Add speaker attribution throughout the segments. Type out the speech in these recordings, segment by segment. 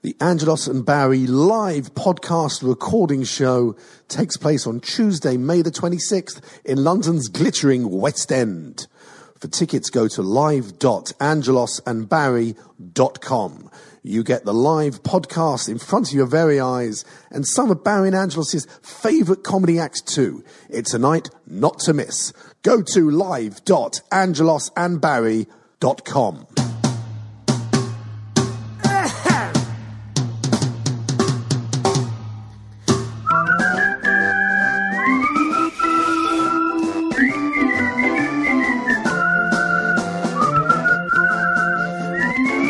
Speaker 1: The Angelos and Barry live podcast recording show takes place on Tuesday, May the 26th in London's glittering West End. For tickets, go to live.angelosandbarry.com. You get the live podcast in front of your very eyes and some of Barry and Angelos' favourite comedy acts too. It's a night not to miss. Go to live.angelosandbarry.com.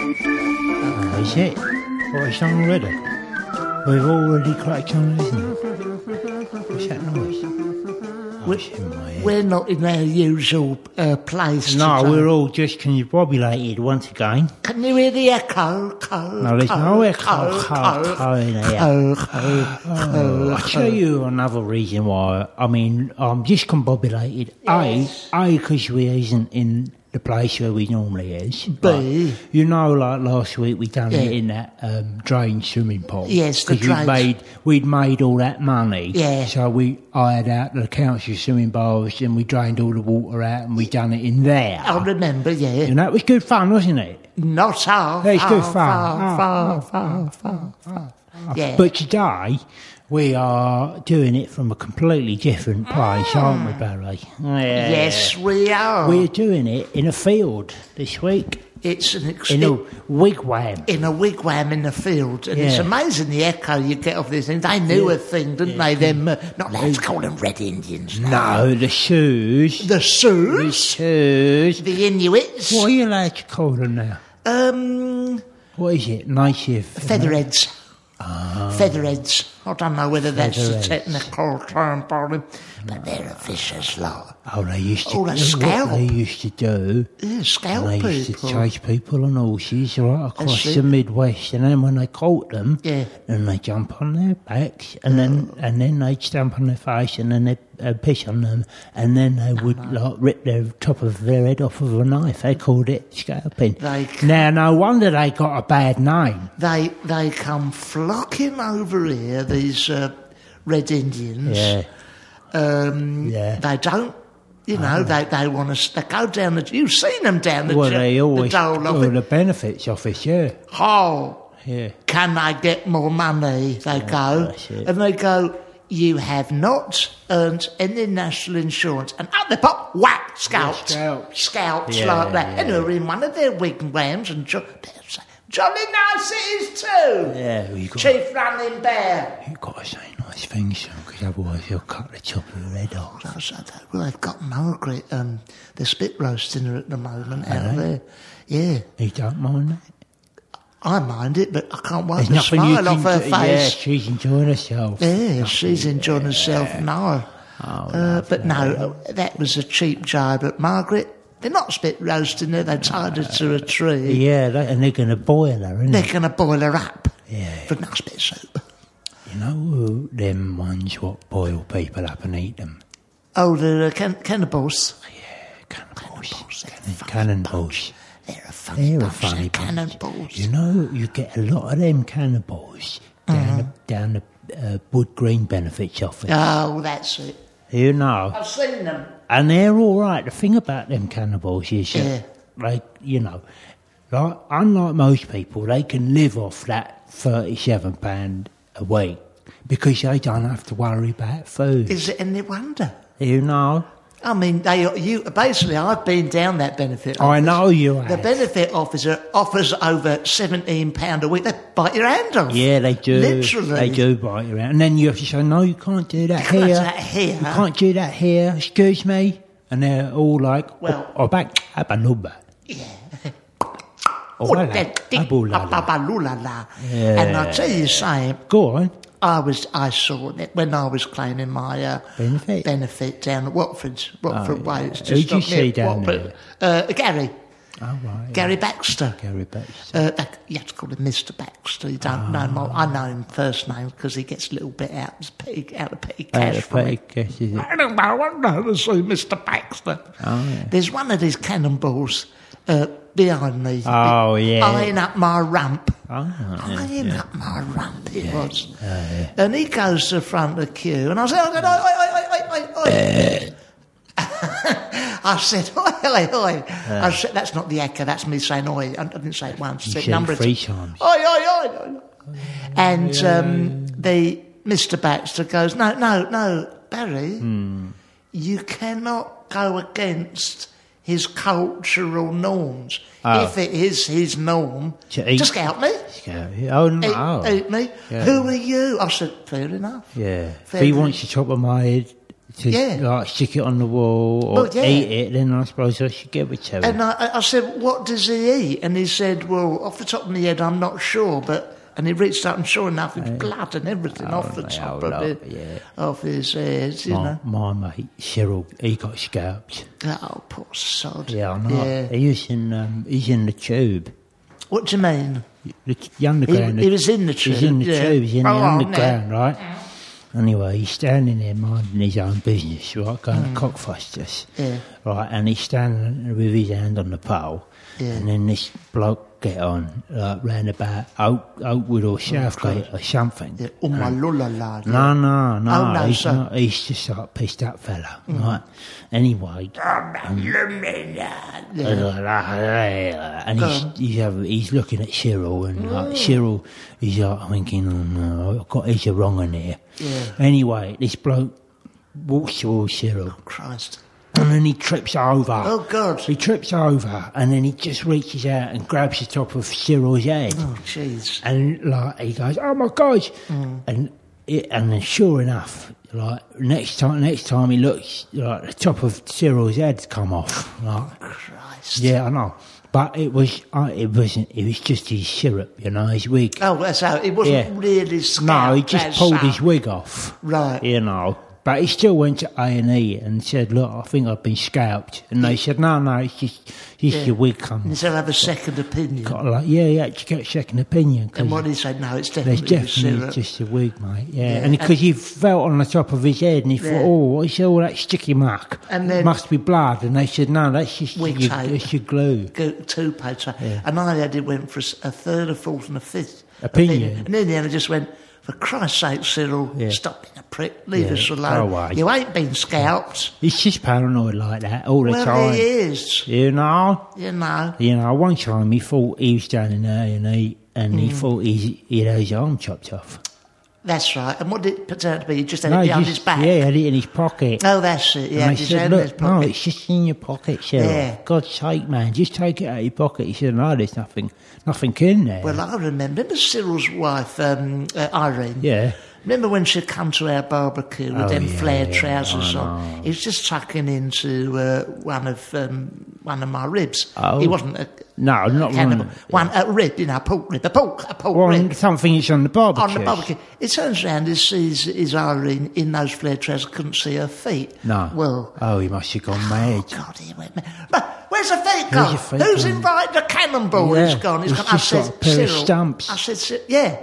Speaker 2: That's it. What a song already. We've already cracked on, isn't it? What's that noise? What's in my ear?
Speaker 3: We're not in our usual uh, place.
Speaker 2: No,
Speaker 3: today.
Speaker 2: we're all just confabulated once again.
Speaker 3: Can you hear the echo? Co,
Speaker 2: Now there's
Speaker 3: co,
Speaker 2: no echo,
Speaker 3: co,
Speaker 2: co, co in here.
Speaker 3: co, co, co.
Speaker 2: I'll tell you another reason why. I mean, I'm discombobulated.
Speaker 3: Yes.
Speaker 2: A, A, because we isn't in the place where we normally is.
Speaker 3: B.
Speaker 2: Like, you know, like last week we done it
Speaker 3: Yeah.
Speaker 2: in that um, drain swimming pool.
Speaker 3: Yes, the
Speaker 2: because
Speaker 3: drains.
Speaker 2: we made we'd made all that money.
Speaker 3: Yeah.
Speaker 2: So we hired out the council swimming baths and we drained all the water out and we done it in there.
Speaker 3: I remember, yeah.
Speaker 2: and that was good fun, wasn't it?
Speaker 3: Not so
Speaker 2: Hey, it's
Speaker 3: far,
Speaker 2: good fun.
Speaker 3: far,
Speaker 2: Oh,
Speaker 3: far, far, far, far. Yeah.
Speaker 2: But today, we are doing it from a completely different place, aren't we, Barry? Yeah.
Speaker 3: yes, we are.
Speaker 2: We're doing it in a field this week,
Speaker 3: it's an ex-
Speaker 2: in a wigwam.
Speaker 3: in a wigwam in the field, and it's
Speaker 2: Yeah.
Speaker 3: amazing the echo you get off these things. They knew a thing, didn't they? Them, uh, not let's call them Red Indians.
Speaker 2: No, the shoes.
Speaker 3: The
Speaker 2: The
Speaker 3: Sioux,
Speaker 2: shoes.
Speaker 3: the Inuits,
Speaker 2: What are you allowed to call them now?
Speaker 3: um,
Speaker 2: What is it? Native.
Speaker 3: featherheads.
Speaker 2: Ah.
Speaker 3: Featherheads. I don't know whether that's the
Speaker 2: Featherheads.
Speaker 3: technical term for them, but they're a vicious lot.
Speaker 2: Oh, they used to.
Speaker 3: Oh, that's
Speaker 2: what they
Speaker 3: scalp.
Speaker 2: used to do.
Speaker 3: Yeah, scalp
Speaker 2: They used
Speaker 3: people.
Speaker 2: to chase people on horses right across
Speaker 3: see.
Speaker 2: the Midwest, and then when they caught them,
Speaker 3: Yeah.
Speaker 2: then they jump on their backs, and then and then they would stamp on their face, and then they uh, piss on them, and then they would like rip their top of their head off with a knife. They called it scalping.
Speaker 3: They c-
Speaker 2: now, no wonder they got a bad name.
Speaker 3: They they come flocking over here. These uh, red Indians.
Speaker 2: Yeah,
Speaker 3: Um,
Speaker 2: Yeah.
Speaker 3: They don't. You know, they, they want to they go down the. You've seen them down the.
Speaker 2: Ah. well,
Speaker 3: ju-
Speaker 2: they
Speaker 3: the
Speaker 2: always
Speaker 3: dole
Speaker 2: well,
Speaker 3: of it.
Speaker 2: the benefits office. Yeah,
Speaker 3: Oh,
Speaker 2: yeah.
Speaker 3: can I get more money? They go.
Speaker 2: that's it.
Speaker 3: And they go, you have not earned any national insurance. And up they pop, whack, scouts.
Speaker 2: scalps.
Speaker 3: Scouts
Speaker 2: Yeah,
Speaker 3: like that. And they're in one of their wigwams and jo- jolly nice it is too.
Speaker 2: Yeah, well, you got-
Speaker 3: Chief Running Bear.
Speaker 2: You've got to say nice things, because otherwise you'll cut the top of your head off.
Speaker 3: I said, Well, they've got Margaret, um, the spit roasting her at the moment out there. Yeah,
Speaker 2: You don't mind that.
Speaker 3: I mind it, but I can't wipe
Speaker 2: There's
Speaker 3: the
Speaker 2: nothing you
Speaker 3: smile off
Speaker 2: can
Speaker 3: her
Speaker 2: do. Yeah,
Speaker 3: face.
Speaker 2: she's enjoying herself.
Speaker 3: Yeah, she's enjoying herself now.
Speaker 2: Oh,
Speaker 3: uh, but no, that was a cheap jibe at Margaret. They're not spit roasting her, they tied her to a tree.
Speaker 2: Yeah, that, and they're going to boil her, isn't
Speaker 3: They're
Speaker 2: they?
Speaker 3: going to boil her up
Speaker 2: Yeah.
Speaker 3: for a nice bit of soup.
Speaker 2: You know who them ones what boil people up and eat them?
Speaker 3: Oh, they're uh, can- cannibals.
Speaker 2: Cannibals. Canni- Cannibals.
Speaker 3: They're a funny
Speaker 2: They're a
Speaker 3: bunch,
Speaker 2: funny
Speaker 3: they're
Speaker 2: bunch.
Speaker 3: cannibals.
Speaker 2: You know, you get a lot of them cannibals
Speaker 3: Uh-huh.
Speaker 2: down the, down the uh, Wood Green Benefits office.
Speaker 3: Oh, that's it.
Speaker 2: You know.
Speaker 3: I've seen them.
Speaker 2: And they're all right. The thing about them cannibals is that,
Speaker 3: Yeah.
Speaker 2: like, you know, like, unlike most people, they can live off that £37 a week because they don't have to worry about food.
Speaker 3: Is it any wonder?
Speaker 2: you know?
Speaker 3: I mean, they you basically. I've been down that benefit.
Speaker 2: I
Speaker 3: office.
Speaker 2: know you have.
Speaker 3: The benefit officer offers over seventeen pound a week. They bite your hand off.
Speaker 2: yeah, they do.
Speaker 3: Literally,
Speaker 2: They do bite you around. And then you have to say, no, you can't do that
Speaker 3: can't do
Speaker 2: here.
Speaker 3: that here."
Speaker 2: You can't do that here. Excuse me. And they're all like, "Oh,
Speaker 3: Well-
Speaker 2: well, or back up a number. Oh,
Speaker 3: all
Speaker 2: la la.
Speaker 3: that dick,
Speaker 2: Abu la
Speaker 3: ba-
Speaker 2: la.
Speaker 3: ba- ba- loo la la. And I tell you something,
Speaker 2: Go on.
Speaker 3: I was I saw that when I was claiming my uh,
Speaker 2: Benefit?
Speaker 3: benefit down at Watford's Watford
Speaker 2: Oh, yeah.
Speaker 3: Way. It's
Speaker 2: Who'd
Speaker 3: just
Speaker 2: you
Speaker 3: up near
Speaker 2: see down
Speaker 3: Watford. Uh, Gary
Speaker 2: Oh, right.
Speaker 3: Gary Baxter.
Speaker 2: Gary Baxter.
Speaker 3: Uh, that, you have to call him Mr. Baxter. You don't know him. I know him first name because he gets a little bit out of petty, out of petty cash
Speaker 2: Uh,
Speaker 3: from me.
Speaker 2: pretty guess, is it?
Speaker 3: I don't know. I want to see Mr. Baxter.
Speaker 2: Oh,
Speaker 3: There's one of these cannonballs uh, behind me.
Speaker 2: Oh, yeah. Ah,
Speaker 3: Eyeing up my rump. eyeing up my rump, it was. And he goes to the front of the queue, and I said, "Oh, oi, oi, oi, oi, oi, oi, oi. I said, oi, oi, oi. I said, that's not the echo, that's me saying oi. I didn't say it once, I said
Speaker 2: said
Speaker 3: a number of
Speaker 2: three
Speaker 3: times.
Speaker 2: times.
Speaker 3: Oi, oi, oi, oi, oi. And um, the Mr. Baxter goes, no, no, no, Barry,
Speaker 2: Hmm.
Speaker 3: you cannot go against his cultural norms. If it is his norm,
Speaker 2: Ah. To eat-
Speaker 3: just help me.
Speaker 2: Gary- Oh, no.
Speaker 3: Eat, eat me.
Speaker 2: Yeah.
Speaker 3: Who are you? I said, fair enough.
Speaker 2: Yeah. If
Speaker 3: Fair
Speaker 2: he
Speaker 3: play.
Speaker 2: wants the top of my head to
Speaker 3: Yeah.
Speaker 2: like stick it on the wall or
Speaker 3: Well, yeah.
Speaker 2: eat it, then I suppose I should give it to him.
Speaker 3: And I, I- I said, what does he eat? And he said, well, off the top of my head, I'm not sure, but. And he reached out, and sure enough,
Speaker 2: Eh.
Speaker 3: with blood and everything off the
Speaker 2: no,
Speaker 3: top
Speaker 2: no,
Speaker 3: of, it,
Speaker 2: yeah. Oh.
Speaker 3: of his head, you
Speaker 2: my,
Speaker 3: know.
Speaker 2: my mate Cyril, he got scalped.
Speaker 3: Oh, poor sod.
Speaker 2: Yeah, I know. He was in, um, he's in the tube.
Speaker 3: What do you mean?
Speaker 2: The, t- the underground.
Speaker 3: he was in the
Speaker 2: He's in the
Speaker 3: tube, yeah.
Speaker 2: tube. He's in
Speaker 3: Oh,
Speaker 2: the
Speaker 3: yeah.
Speaker 2: underground, right? Anyway, he's standing there minding his own business, right? Going
Speaker 3: Mm.
Speaker 2: to cockfosters.
Speaker 3: Yeah.
Speaker 2: Right, and he's standing with his hand on the pole.
Speaker 3: Yeah.
Speaker 2: And then this bloke get on, like, round about Oak, Oakwood or Southgate or something.
Speaker 3: Oh, Yeah, oh, my la la.
Speaker 2: No, no, no.
Speaker 3: Oh, no, Mm.
Speaker 2: he's,
Speaker 3: so-
Speaker 2: not, he's just like pissed up fella. Right. Anyway.
Speaker 3: Oh,
Speaker 2: "Ah, And he's, he's, have- he's looking at Cyril, and
Speaker 3: Mm.
Speaker 2: like, Cyril, he's like thinking, oh, no, I've got Ezra wrong in here. Anyway, this bloke walks towards Cyril,
Speaker 3: Christ.
Speaker 2: and then he trips over.
Speaker 3: Oh, God.
Speaker 2: He trips over, and then he just reaches out and grabs the top of Cyril's head.
Speaker 3: Oh, jeez.
Speaker 2: And like he goes, "Oh my god!" And it, and then sure enough, like next time, next time he looks, like the top of Cyril's head's come off. Like,
Speaker 3: Christ.
Speaker 2: yeah, I know. But it was, uh, it wasn't. It was just his syrup, you know, his wig.
Speaker 3: Oh, that's how it wasn't
Speaker 2: Yeah.
Speaker 3: really scalped.
Speaker 2: no, he just
Speaker 3: that's
Speaker 2: pulled
Speaker 3: how-
Speaker 2: his wig off,
Speaker 3: Right.
Speaker 2: You know. But he still went to A and E and said, "Look, I think I've been scalped." And they said, "No, no, it's just, it's your wig
Speaker 3: And he
Speaker 2: comes."
Speaker 3: said, have a second opinion.
Speaker 2: Got like, yeah, yeah, you get a second opinion. 'cause
Speaker 3: And what he said, no, it's
Speaker 2: There's
Speaker 3: definitely, the
Speaker 2: definitely
Speaker 3: syrup.
Speaker 2: just a wig, mate. Yeah, and because he felt on the top of his head, and he
Speaker 3: Yeah.
Speaker 2: thought, "Oh, what's all that sticky mark?
Speaker 3: And then-
Speaker 2: must be blood." And they said, "No, that's just
Speaker 3: Wig
Speaker 2: your,
Speaker 3: tape.
Speaker 2: that's your glue."
Speaker 3: Go, two page. And I had it went for a s- a third, a fourth, and a fifth
Speaker 2: Opinion.
Speaker 3: And in the end, I just went, for Christ's sake, Cyril,
Speaker 2: Yeah.
Speaker 3: stop being a prick. Leave
Speaker 2: Yeah. Oh,
Speaker 3: us
Speaker 2: Go
Speaker 3: alone.
Speaker 2: away.
Speaker 3: You ain't been scalped.
Speaker 2: He's just paranoid like that all the
Speaker 3: well,
Speaker 2: time.
Speaker 3: he is,
Speaker 2: You know,
Speaker 3: you know.
Speaker 2: you know. One time he thought he was down in there, and he and
Speaker 3: Hmm.
Speaker 2: he thought he's, he had his arm chopped off.
Speaker 3: That's right. And what did it turn out to be? You just had
Speaker 2: No,
Speaker 3: it
Speaker 2: he
Speaker 3: behind
Speaker 2: just-
Speaker 3: his back.
Speaker 2: Yeah, he had it in his pocket.
Speaker 3: Oh, that's it. Yeah,
Speaker 2: and they
Speaker 3: his
Speaker 2: said,
Speaker 3: hand in his
Speaker 2: look, no,
Speaker 3: pocket.
Speaker 2: it's just in your pocket, Cyril.
Speaker 3: Yeah.
Speaker 2: God's sake, man, just take it out of your pocket. He said, no, there's nothing, nothing in there.
Speaker 3: Well, I remember, remember Cyril's wife, um, uh, Irene.
Speaker 2: yeah.
Speaker 3: Remember when she'd come to our barbecue with
Speaker 2: Oh,
Speaker 3: them
Speaker 2: yeah,
Speaker 3: flared
Speaker 2: yeah,
Speaker 3: trousers
Speaker 2: I
Speaker 3: on? He was just tucking into uh, one of um, one of my ribs.
Speaker 2: Oh.
Speaker 3: He wasn't a
Speaker 2: No, not
Speaker 3: cannibal.
Speaker 2: one.
Speaker 3: One a rib, you know, a pork rib, a pork, a pork
Speaker 2: One,
Speaker 3: rib.
Speaker 2: something that's on the
Speaker 3: On
Speaker 2: barbecue.
Speaker 3: the barbecue, he turns round, he sees his Irene in those flared trousers, couldn't see her feet.
Speaker 2: No.
Speaker 3: Well,
Speaker 2: Oh, he must have gone mad.
Speaker 3: God, he went mad. But where's the feet
Speaker 2: Where's
Speaker 3: gone?
Speaker 2: your feet
Speaker 3: Who's
Speaker 2: gone?
Speaker 3: invited the cannonball?
Speaker 2: Yeah,
Speaker 3: He's gone. He's
Speaker 2: he's
Speaker 3: gone. I
Speaker 2: just
Speaker 3: said,
Speaker 2: got a pair of
Speaker 3: Cyril.
Speaker 2: stumps.
Speaker 3: I said, Cy- yeah.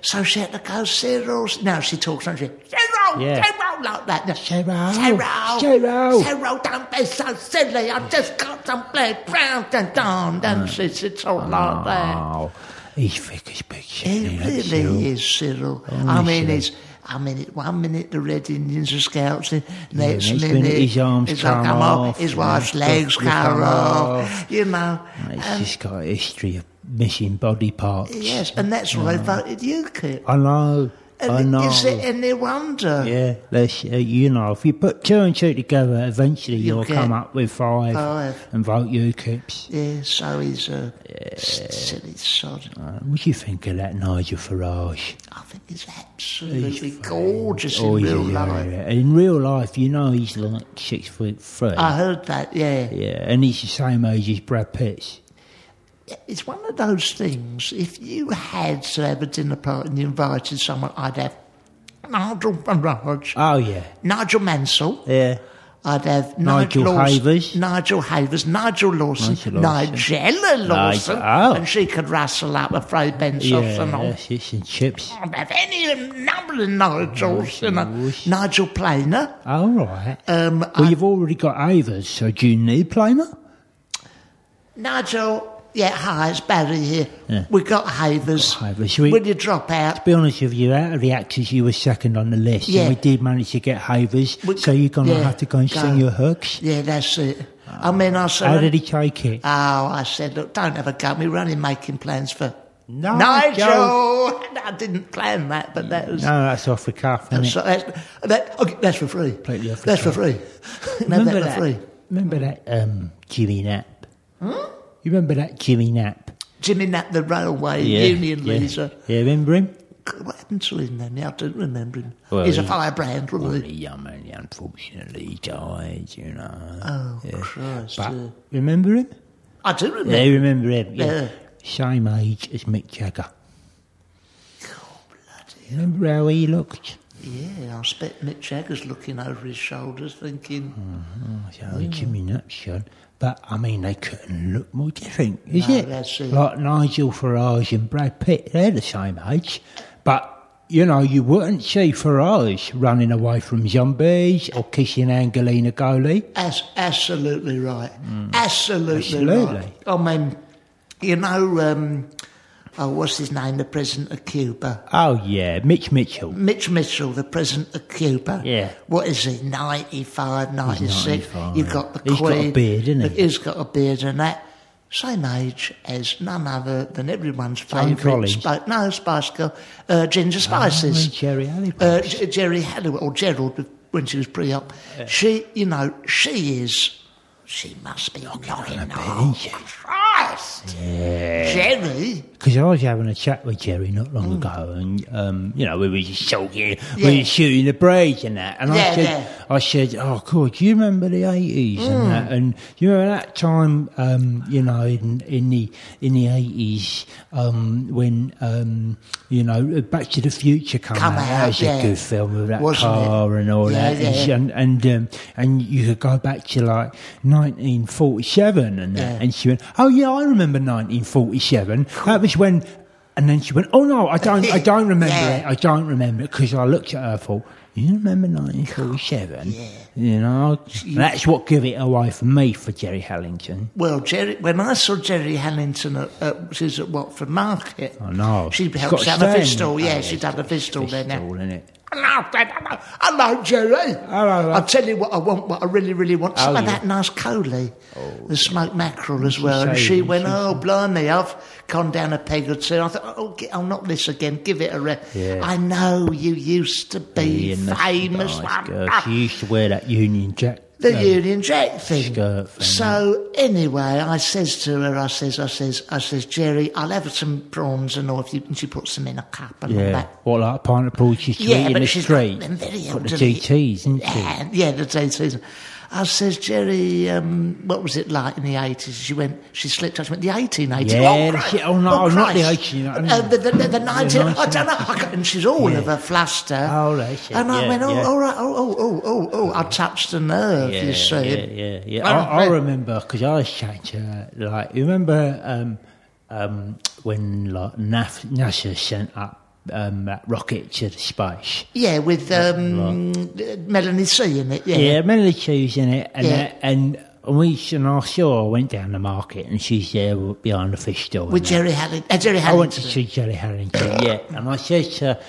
Speaker 3: So she had to go, Cyril's. Now she talks and she, Cyril,
Speaker 2: Yeah.
Speaker 3: Cyril, like that. Now,
Speaker 2: Cyril,
Speaker 3: Cyril,
Speaker 2: Cyril.
Speaker 3: Cyril, don't be so silly. I've just got some blood ground and done.
Speaker 2: Uh,
Speaker 3: And she said, all like that.
Speaker 2: Oh, he's thick as big shit.
Speaker 3: He
Speaker 2: isn't
Speaker 3: really
Speaker 2: Cyril?
Speaker 3: is, Cyril. I mean, it's. I mean, it, one minute the Red Indians are scouts, and next
Speaker 2: next
Speaker 3: minute
Speaker 2: minute his arms
Speaker 3: his arm
Speaker 2: come
Speaker 3: come off,
Speaker 2: off,
Speaker 3: his
Speaker 2: and
Speaker 3: wife's
Speaker 2: stuff
Speaker 3: legs
Speaker 2: will
Speaker 3: come
Speaker 2: come
Speaker 3: off,
Speaker 2: off.
Speaker 3: you know.
Speaker 2: He's
Speaker 3: And-
Speaker 2: just got a history of missing body parts.
Speaker 3: Um, yes, and that's why I voted UKIP.
Speaker 2: I know.
Speaker 3: And
Speaker 2: I know.
Speaker 3: Is it any wonder?
Speaker 2: yeah, that's, uh, you know, if you put two and two together, eventually
Speaker 3: You'll
Speaker 2: you'll, come
Speaker 3: get
Speaker 2: up with five,
Speaker 3: five.
Speaker 2: and vote UKIPs.
Speaker 3: Yeah, so he's a s- silly sod.
Speaker 2: Uh, what do you think of that Nigel Farage?
Speaker 3: I think he's absolutely gorgeous in
Speaker 2: Oh, yeah,
Speaker 3: real
Speaker 2: yeah,
Speaker 3: life.
Speaker 2: yeah. In real life, you know he's like six foot three.
Speaker 3: I heard that, yeah.
Speaker 2: yeah, and he's the same age as Brad Pitt.
Speaker 3: it's one of those things. If you had to have a dinner party and you invited someone, I'd have Nigel Farage,
Speaker 2: Oh, yeah.
Speaker 3: Nigel Mansell.
Speaker 2: Yeah.
Speaker 3: I'd have
Speaker 2: Nigel
Speaker 3: Nigel, Laws-
Speaker 2: Havers.
Speaker 3: Nigel Havers, Nigel Lawson,
Speaker 2: Nigel Lawson.
Speaker 3: Nigella Lawson,
Speaker 2: Nigel- oh.
Speaker 3: and she could rustle up a Fro Bensoff and
Speaker 2: Yeah,
Speaker 3: all.
Speaker 2: shits and chips.
Speaker 3: I'd have any of them number of Nigels, you know.
Speaker 2: Nice.
Speaker 3: Nigel Planer.
Speaker 2: All right.
Speaker 3: Uh,
Speaker 2: Um, well, you've already got Avers, so do you need Planer?
Speaker 3: Nigel, yeah, hi, it's Barry here. we got Havers.
Speaker 2: got Havers. Shall we-
Speaker 3: Will you drop out?
Speaker 2: be honest with you, out of the actors, you were second on the list.
Speaker 3: Yeah.
Speaker 2: And we did manage to get Havers,
Speaker 3: We-
Speaker 2: so you're going to
Speaker 3: yeah,
Speaker 2: have to go and
Speaker 3: go.
Speaker 2: sing your hooks.
Speaker 3: Yeah, that's it. I mean, I said...
Speaker 2: How did he take it?
Speaker 3: Oh, I said, look, don't have a go. at me. We're only making plans for
Speaker 2: No,
Speaker 3: Nigel.
Speaker 2: Joe.
Speaker 3: I didn't plan that, but that was.
Speaker 2: no, that's off the cuff, isn't it?
Speaker 3: So that's, that, okay, that's for free.
Speaker 2: Completely off the
Speaker 3: That's for
Speaker 2: cuff.
Speaker 3: free. You can have that for free.
Speaker 2: Remember that um, Jimmy Knapp?
Speaker 3: Hmm?
Speaker 2: You remember that Jimmy Knapp?
Speaker 3: Jimmy Knapp, the railway union
Speaker 2: yeah.
Speaker 3: leader.
Speaker 2: Yeah, remember him?
Speaker 3: God, What happened to him then? I don't remember him.
Speaker 2: Well,
Speaker 3: He's a
Speaker 2: he-
Speaker 3: firebrand, wasn't he?
Speaker 2: young man, unfortunately, he died, you know.
Speaker 3: Oh, Christ.
Speaker 2: But
Speaker 3: yeah.
Speaker 2: remember him?
Speaker 3: I do remember.
Speaker 2: Yeah, you remember him. Yeah.
Speaker 3: Yeah.
Speaker 2: Same age as Mick Jagger. Remember how he looked?
Speaker 3: Yeah, I expect Mick Jagger's looking over his shoulders thinking,
Speaker 2: I said, oh, Jimmy Nutshot. But I mean, they couldn't look more different, is
Speaker 3: No,
Speaker 2: it?
Speaker 3: that's it.
Speaker 2: Like Nigel Farage and Brad Pitt, they're the same age. But, you know, you wouldn't see Farage running away from zombies or kissing Angelina Jolie.
Speaker 3: That's absolutely right. Absolutely,
Speaker 2: Mm. Absolutely.
Speaker 3: right. I mean, you know, um, oh, what's his name? The president of Cuba,
Speaker 2: Oh, yeah, Mitch Mitchell.
Speaker 3: Mitch Mitchell, the president of Cuba.
Speaker 2: Yeah.
Speaker 3: What is he? 95, 96?
Speaker 2: 95.
Speaker 3: You've got the
Speaker 2: He's got a
Speaker 3: Queen.
Speaker 2: beard, hasn't he?
Speaker 3: but He's got a beard and that. Same age as none other than everyone's favourite.
Speaker 2: Collins.
Speaker 3: Spi- no, Spice Girl, uh, Ginger Spices.
Speaker 2: Oh, Jerry
Speaker 3: uh,
Speaker 2: Halliwell.
Speaker 3: G- Jerry Halliwell, or Gerald, when she was pre-op. She, you know, she is. She must be knocking on.
Speaker 2: she?
Speaker 3: Christ, Jerry.
Speaker 2: Because I was having a chat with Jerry not long ago, and um, you know we were just talking, we
Speaker 3: Hmm. Yeah.
Speaker 2: were shooting the breeze and that. And I
Speaker 3: Yeah,
Speaker 2: said,
Speaker 3: yeah. Hmm.
Speaker 2: I said, oh God, do you remember the eighties and that? And you remember that time, um, you know, in, in the in the eighties um, when um, you know Back to the Future came
Speaker 3: Come
Speaker 2: out.
Speaker 3: out,
Speaker 2: That was
Speaker 3: yeah.
Speaker 2: a good film with that
Speaker 3: Wasn't it?
Speaker 2: car and all
Speaker 3: Yeah,
Speaker 2: that,
Speaker 3: yeah, yeah.
Speaker 2: and and um, and you could go back to like nineteen forty seven and that.
Speaker 3: Yeah.
Speaker 2: And she went, "Oh yeah, I remember 1947. That was when." And then she went, "Oh no, I don't, I don't remember
Speaker 3: Yeah.
Speaker 2: it. I don't remember it." Because I looked at her, and thought, "You remember 1947? Yeah. You know, and that's what gave it away for me for Jerry Hallington.
Speaker 3: Well, Jerry, when I saw Jerry Hannington at, at she's at Watford Market,
Speaker 2: I know
Speaker 3: she
Speaker 2: It's
Speaker 3: helped
Speaker 2: got
Speaker 3: have a
Speaker 2: Stan.
Speaker 3: fistall.
Speaker 2: Oh,
Speaker 3: Yeah,
Speaker 2: it's
Speaker 3: she'd had a
Speaker 2: got
Speaker 3: fistall there now.
Speaker 2: fistall in it.
Speaker 3: Hello, Dad. hello, hello, Jerry.
Speaker 2: Hello,
Speaker 3: I'll tell you what I want, what I really, really want. Some
Speaker 2: Oh,
Speaker 3: of
Speaker 2: yeah. Oh.
Speaker 3: that nice coley, the smoked mackerel as well.
Speaker 2: say,
Speaker 3: And she
Speaker 2: didn't
Speaker 3: went,
Speaker 2: she?
Speaker 3: oh, blimey, I've gone down a peg or two. I thought, oh, get, oh not this again. Give it a rest.
Speaker 2: Yeah.
Speaker 3: I know you used to be
Speaker 2: And that's
Speaker 3: famous.
Speaker 2: nice
Speaker 3: one. Ah,
Speaker 2: girl. She used to wear that Union Jack.
Speaker 3: The
Speaker 2: um,
Speaker 3: Union Jack thing.
Speaker 2: skirt thing.
Speaker 3: So anyway, I says to her, I says, I says, I says, Jerry, I'll have some prawns and all if you and she puts them in a cup and all
Speaker 2: Yeah,
Speaker 3: that.
Speaker 2: what like a pineapple she used to eat in the
Speaker 3: she's
Speaker 2: street.
Speaker 3: got them very
Speaker 2: Got the
Speaker 3: elderly.
Speaker 2: GTs, isn't she?
Speaker 3: Yeah, yeah, the GTs. I says, Jerry, um, what was it like in the 80s? She went, she slipped up, she went, the 1880s.
Speaker 2: Yeah,
Speaker 3: oh,
Speaker 2: the
Speaker 3: Christ,
Speaker 2: shit- oh, no,
Speaker 3: oh,
Speaker 2: not the
Speaker 3: Christ.
Speaker 2: 18, I don't
Speaker 3: Uh,
Speaker 2: know.
Speaker 3: the, the, the, the 19, I
Speaker 2: 19.
Speaker 3: don't know. I got- and she's all of a fluster.
Speaker 2: Oh, that's it,
Speaker 3: And I
Speaker 2: yeah,
Speaker 3: went, oh,
Speaker 2: yeah.
Speaker 3: all right, oh, oh, oh, oh, oh, I touched the nerve, you see.
Speaker 2: Yeah, yeah, yeah.
Speaker 3: Well,
Speaker 2: I, I
Speaker 3: right.
Speaker 2: remember because I was chatting to her, like, you remember um, um, when like NAF, NASA sent up um, that rocket to the space?
Speaker 3: Yeah, with um, Melanie C in it. Yeah.
Speaker 2: Yeah, mainly shoes in it, and
Speaker 3: Yeah.
Speaker 2: uh, and we and I saw I went down the market, and she's there behind the fish store
Speaker 3: with
Speaker 2: and that.
Speaker 3: Jerry Hallin. Uh, Jerry
Speaker 2: I went to
Speaker 3: Hallin.
Speaker 2: see Jerry Harrington, yeah, and I said to her,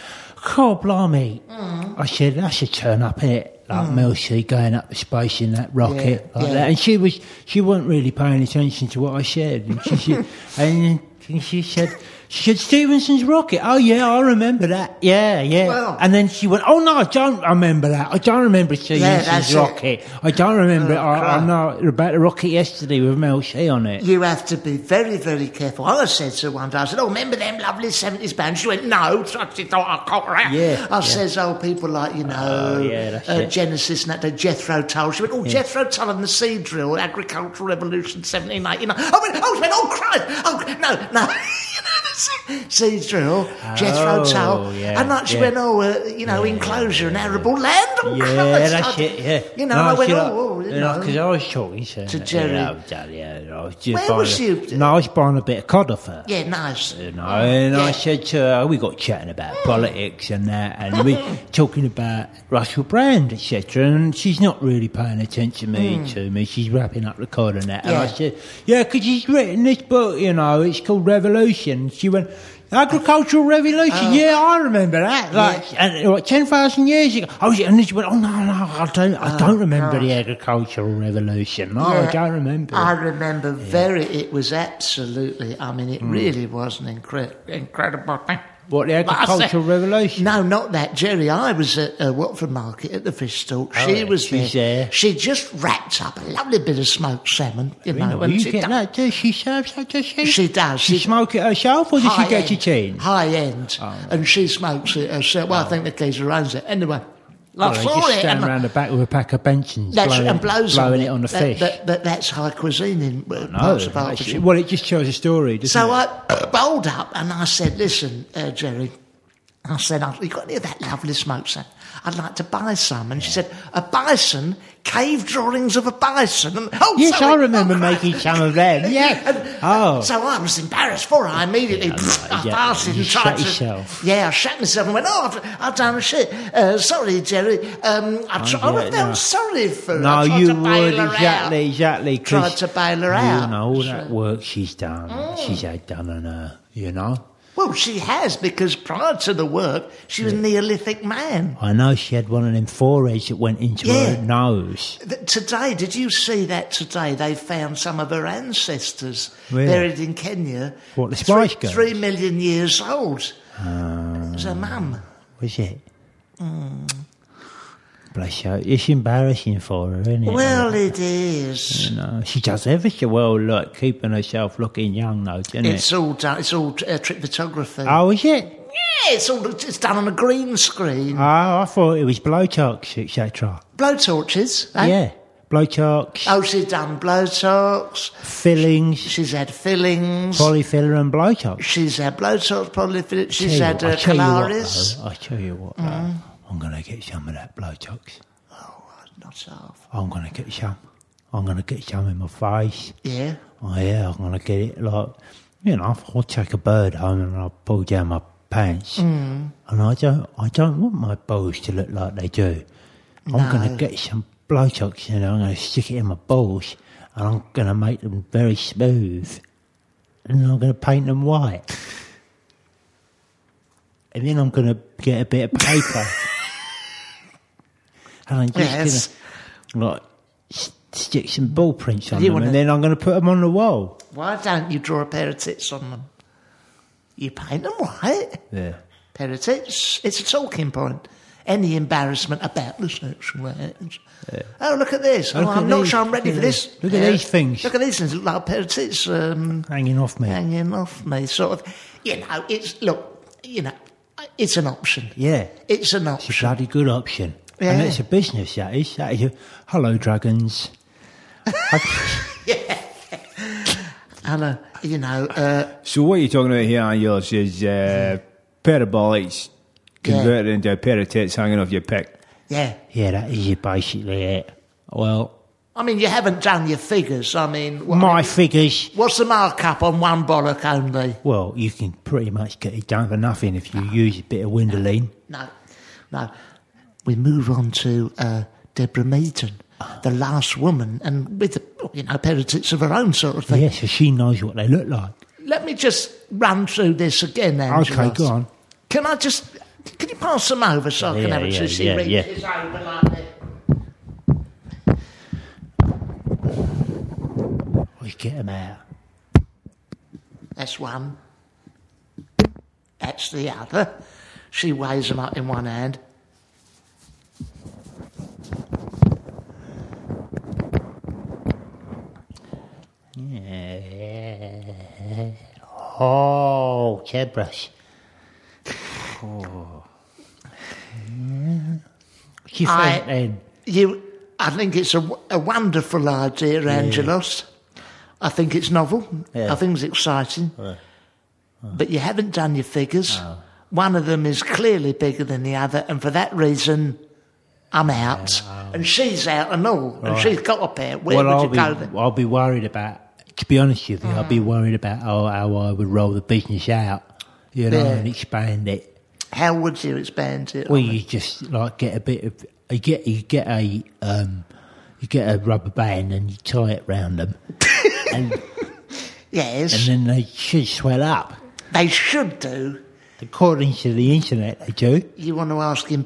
Speaker 2: God blimey,
Speaker 3: Mm.
Speaker 2: I said, that's a turn up, in it? Like Mel C going up the space in that rocket,
Speaker 3: Yeah,
Speaker 2: like
Speaker 3: yeah.
Speaker 2: that. And she was, she wasn't really paying attention to what I said. And she, said- and And she said, she said, Stevenson's Rocket. Oh, yeah, I remember that. Yeah, yeah.
Speaker 3: Well-
Speaker 2: and then she went, oh, no, I don't remember that. I don't remember
Speaker 3: that's
Speaker 2: Stevenson's
Speaker 3: it. Oh,
Speaker 2: Rocket. I don't remember it. I, I
Speaker 3: crap.
Speaker 2: know about the Rocket yesterday with Mel C on it.
Speaker 3: You have to be very, very careful. I said to her one day, I said, Oh, remember them lovely 70s bands? She went, No, so she thought I can't rap.
Speaker 2: Yeah,
Speaker 3: I
Speaker 2: yeah.
Speaker 3: says, Oh, people like, you know,
Speaker 2: Oh, yeah, that's
Speaker 3: uh,
Speaker 2: it.
Speaker 3: Genesis and that, day, Jethro Tull. She went, Oh, Jethro Tull and the Sea Drill, Agricultural Revolution 1789. I went, Oh, she went, Oh, Christ. Oh, no, no. You know, the Sea sea Drill, Jethro
Speaker 2: Oh,
Speaker 3: Tull.
Speaker 2: yeah,
Speaker 3: and like she
Speaker 2: yeah.
Speaker 3: went, Oh, uh, you know, enclosure and arable land. Oh,
Speaker 2: Yeah,
Speaker 3: Christ. I-
Speaker 2: that's it, yeah.
Speaker 3: You know, and I went, Oh, oh, you know.
Speaker 2: Because I was talking to,
Speaker 3: To
Speaker 2: yeah,
Speaker 3: Jerry.
Speaker 2: I was, yeah, yeah, I was just
Speaker 3: Where
Speaker 2: buying
Speaker 3: was
Speaker 2: a-
Speaker 3: you?
Speaker 2: No, I was buying a bit of cod off her.
Speaker 3: Yeah, nice.
Speaker 2: you know, and I
Speaker 3: Yeah.
Speaker 2: said to her, we got chatting about politics and that, and we talking about Russell Brand, etc. And she's not really paying attention to me, to me. She's wrapping up the card and that. And I
Speaker 3: Hmm. Yeah.
Speaker 2: said, yeah, because she's written this book, you know, it's called Revolution. She went, Agricultural Revolution,
Speaker 3: Oh.
Speaker 2: yeah, I remember that. Like, and like ten thousand years ago. Oh, yeah, and she went, oh no, no, I don't, I don't remember the agricultural revolution. No, I
Speaker 3: Oh, Yeah.
Speaker 2: don't remember.
Speaker 3: I
Speaker 2: it."
Speaker 3: remember very. It was absolutely. I mean, it really was an incre- incredible thing.
Speaker 2: Mm. what the
Speaker 3: But I said-
Speaker 2: agricultural revolution?
Speaker 3: No, not that, Jerry. I was at uh, Watford Market at the fish stalk.
Speaker 2: Oh,
Speaker 3: she
Speaker 2: yeah,
Speaker 3: was
Speaker 2: she's there.
Speaker 3: She just wrapped up a lovely bit of smoked salmon. You
Speaker 2: You
Speaker 3: know,
Speaker 2: know,
Speaker 3: and
Speaker 2: you
Speaker 3: she
Speaker 2: get
Speaker 3: done-
Speaker 2: that, does she serve that, does she?
Speaker 3: She does.
Speaker 2: She
Speaker 3: She-
Speaker 2: smoke it herself, or does she
Speaker 3: high
Speaker 2: get Oh, your
Speaker 3: end,
Speaker 2: chain?
Speaker 3: High end, and she smokes it herself. Well, I think the geezer owns it anyway.
Speaker 2: Well,
Speaker 3: I
Speaker 2: they
Speaker 3: saw
Speaker 2: just
Speaker 3: it,
Speaker 2: stand
Speaker 3: and I-
Speaker 2: round the back with a pack of benches,
Speaker 3: that's
Speaker 2: blowing,
Speaker 3: and blows
Speaker 2: blowing it on the
Speaker 3: That-
Speaker 2: fish.
Speaker 3: But, but that's high cuisine in uh,
Speaker 2: no,
Speaker 3: parts of
Speaker 2: actually-
Speaker 3: Hertfordshire.
Speaker 2: well, it just tells a story, doesn't
Speaker 3: So
Speaker 2: it?
Speaker 3: I bowled up and I said, listen, uh, Jerry, I said, "I've- you got any of that lovely smoke, sir? I'd like to buy some. And she said, a bison, cave drawings of a bison. And, oh,
Speaker 2: yes,
Speaker 3: sorry.
Speaker 2: I remember
Speaker 3: Oh, Christ.
Speaker 2: making some of them. Yeah. Oh,
Speaker 3: So I was embarrassed for her. I immediately
Speaker 2: Yeah, I'm
Speaker 3: pfft,
Speaker 2: right,
Speaker 3: I
Speaker 2: yeah,
Speaker 3: farted
Speaker 2: you
Speaker 3: and tried
Speaker 2: shut
Speaker 3: to.
Speaker 2: yourself.
Speaker 3: Yeah, I shut myself and went, oh, I've, I've done shit. Uh, sorry, Jerry. Um, I, tr-
Speaker 2: yeah,
Speaker 3: I felt
Speaker 2: no.
Speaker 3: sorry for her.
Speaker 2: no,
Speaker 3: I tried
Speaker 2: you
Speaker 3: to bail
Speaker 2: would
Speaker 3: her out.
Speaker 2: exactly, exactly. 'cause
Speaker 3: Tried to bail her out. Mm.
Speaker 2: You know all that work she's done, she's had done on her. You know,
Speaker 3: Well, she has because prior to the work, she was a Neolithic man.
Speaker 2: I know she had one of them forays that went into
Speaker 3: Yeah.
Speaker 2: her nose.
Speaker 3: Th- Today, did you see that today? They found some of her ancestors
Speaker 2: Really?
Speaker 3: buried in Kenya.
Speaker 2: What, the
Speaker 3: three,
Speaker 2: Spice Girls? Ah.
Speaker 3: three million years old. it was her mum.
Speaker 2: Was it? Bless her. It's embarrassing for her, isn't it?
Speaker 3: Well, it is.
Speaker 2: you know, she does everything well, like keeping herself looking young, though, doesn't
Speaker 3: It's
Speaker 2: it?
Speaker 3: all done. It's all uh, trick photography.
Speaker 2: Oh, is it?
Speaker 3: Yeah, it's all. It's done on a green screen.
Speaker 2: Oh, I thought it was blowtorch, etc.
Speaker 3: Blowtorches. Eh?
Speaker 2: Yeah, blowtorch,
Speaker 3: Oh, she's done blowtorch.
Speaker 2: fillings,
Speaker 3: She's had fillings.
Speaker 2: polyfiller, and blowtorch.
Speaker 3: she's had blowtorch. Polyfill.
Speaker 2: Tell
Speaker 3: She's
Speaker 2: you
Speaker 3: had
Speaker 2: what, I
Speaker 3: uh, Mm.
Speaker 2: tell you what,
Speaker 3: Calaris.
Speaker 2: though, I tell you what, though, I'm going to get some of that blowtorch.
Speaker 3: Not half.
Speaker 2: I'm going to get some. I'm going to get some in my face.
Speaker 3: Yeah.
Speaker 2: Oh yeah, I'm gonna get it. Like, you know, I'll take a bird home and I'll pull down my pants. Mm. And I don't, I don't want my balls to look like they do. I'm gonna get some blowtorch and I'm gonna stick it in my balls and I'm gonna make them very smooth. And I'm gonna paint them white. And then I'm gonna get a bit of paper. and I'm just
Speaker 3: Yes.
Speaker 2: gonna like s- stick some ball prints on
Speaker 3: You
Speaker 2: them,
Speaker 3: wanna-
Speaker 2: and then I'm going to put them on the wall.
Speaker 3: Why don't you draw a pair of tits on them? You paint them white.
Speaker 2: Yeah.
Speaker 3: Pair of tits. It's a talking point. Any embarrassment about the sexual act. Oh, look at this. Oh,
Speaker 2: Look at
Speaker 3: I'm not
Speaker 2: these.
Speaker 3: sure I'm ready
Speaker 2: Look
Speaker 3: for
Speaker 2: at
Speaker 3: this.
Speaker 2: these. Look at these things.
Speaker 3: Look at these things. Look like a pair of tits um,
Speaker 2: Hanging off me.
Speaker 3: hanging off me, sort of. You know, it's, look, you know, it's an option.
Speaker 2: Yeah.
Speaker 3: It's
Speaker 2: It's
Speaker 3: an
Speaker 2: a
Speaker 3: option.
Speaker 2: bloody good option.
Speaker 3: Yeah.
Speaker 2: And it's a business, that is. That is a, hello, dragons.
Speaker 3: And, uh, you know, uh,
Speaker 4: So what you're talking about here on yours is uh, pair of bollocks converted into a pair of tits hanging off your pick.
Speaker 3: yeah.
Speaker 2: Yeah, that is basically it. Well,
Speaker 3: I mean, you haven't done your figures. I mean, what-
Speaker 2: my figures.
Speaker 3: what's the markup on one bollock only?
Speaker 2: Well, you can pretty much get it done for nothing if you use a bit of windoline.
Speaker 3: No, no. We move on to uh, Deborah Meaton, the last woman, and with you know politics of her own sort of thing.
Speaker 2: Yeah, so she knows what they look like.
Speaker 3: Let me just run through this again, Angela.
Speaker 2: Okay, go on.
Speaker 3: Can I just? Can you pass them over so I can
Speaker 2: Yeah,
Speaker 3: have a
Speaker 2: yeah,
Speaker 3: juicy
Speaker 2: yeah,
Speaker 3: read?
Speaker 2: yeah.
Speaker 3: It's over like that.
Speaker 2: We get them out.
Speaker 3: That's one. That's the other. She weighs them up in one hand.
Speaker 2: Oh, toothbrush. Oh. What do you
Speaker 3: I-
Speaker 2: think then?
Speaker 3: You, I think it's a, w- a wonderful idea, Angelos. I think it's novel.
Speaker 2: Yeah.
Speaker 3: I think it's exciting. But you haven't done your figures. One of them is clearly bigger than the other, and for that reason, I'm out. and she's out and all. And she's got a pair. Where
Speaker 2: well,
Speaker 3: would
Speaker 2: I'll
Speaker 3: you
Speaker 2: be,
Speaker 3: go then?
Speaker 2: I'll be worried about. To be honest with you, I'll
Speaker 3: Mm.
Speaker 2: be worried about how, how I would roll the business out, you know,
Speaker 3: Yeah.
Speaker 2: and expand it.
Speaker 3: How would you expand it?
Speaker 2: Well, you just like get a bit of you get you get a um, you get a rubber band and you tie it round them, and
Speaker 3: yes,
Speaker 2: and then they should swell up.
Speaker 3: they should do.
Speaker 2: According to the internet, they do.
Speaker 3: You want to ask him,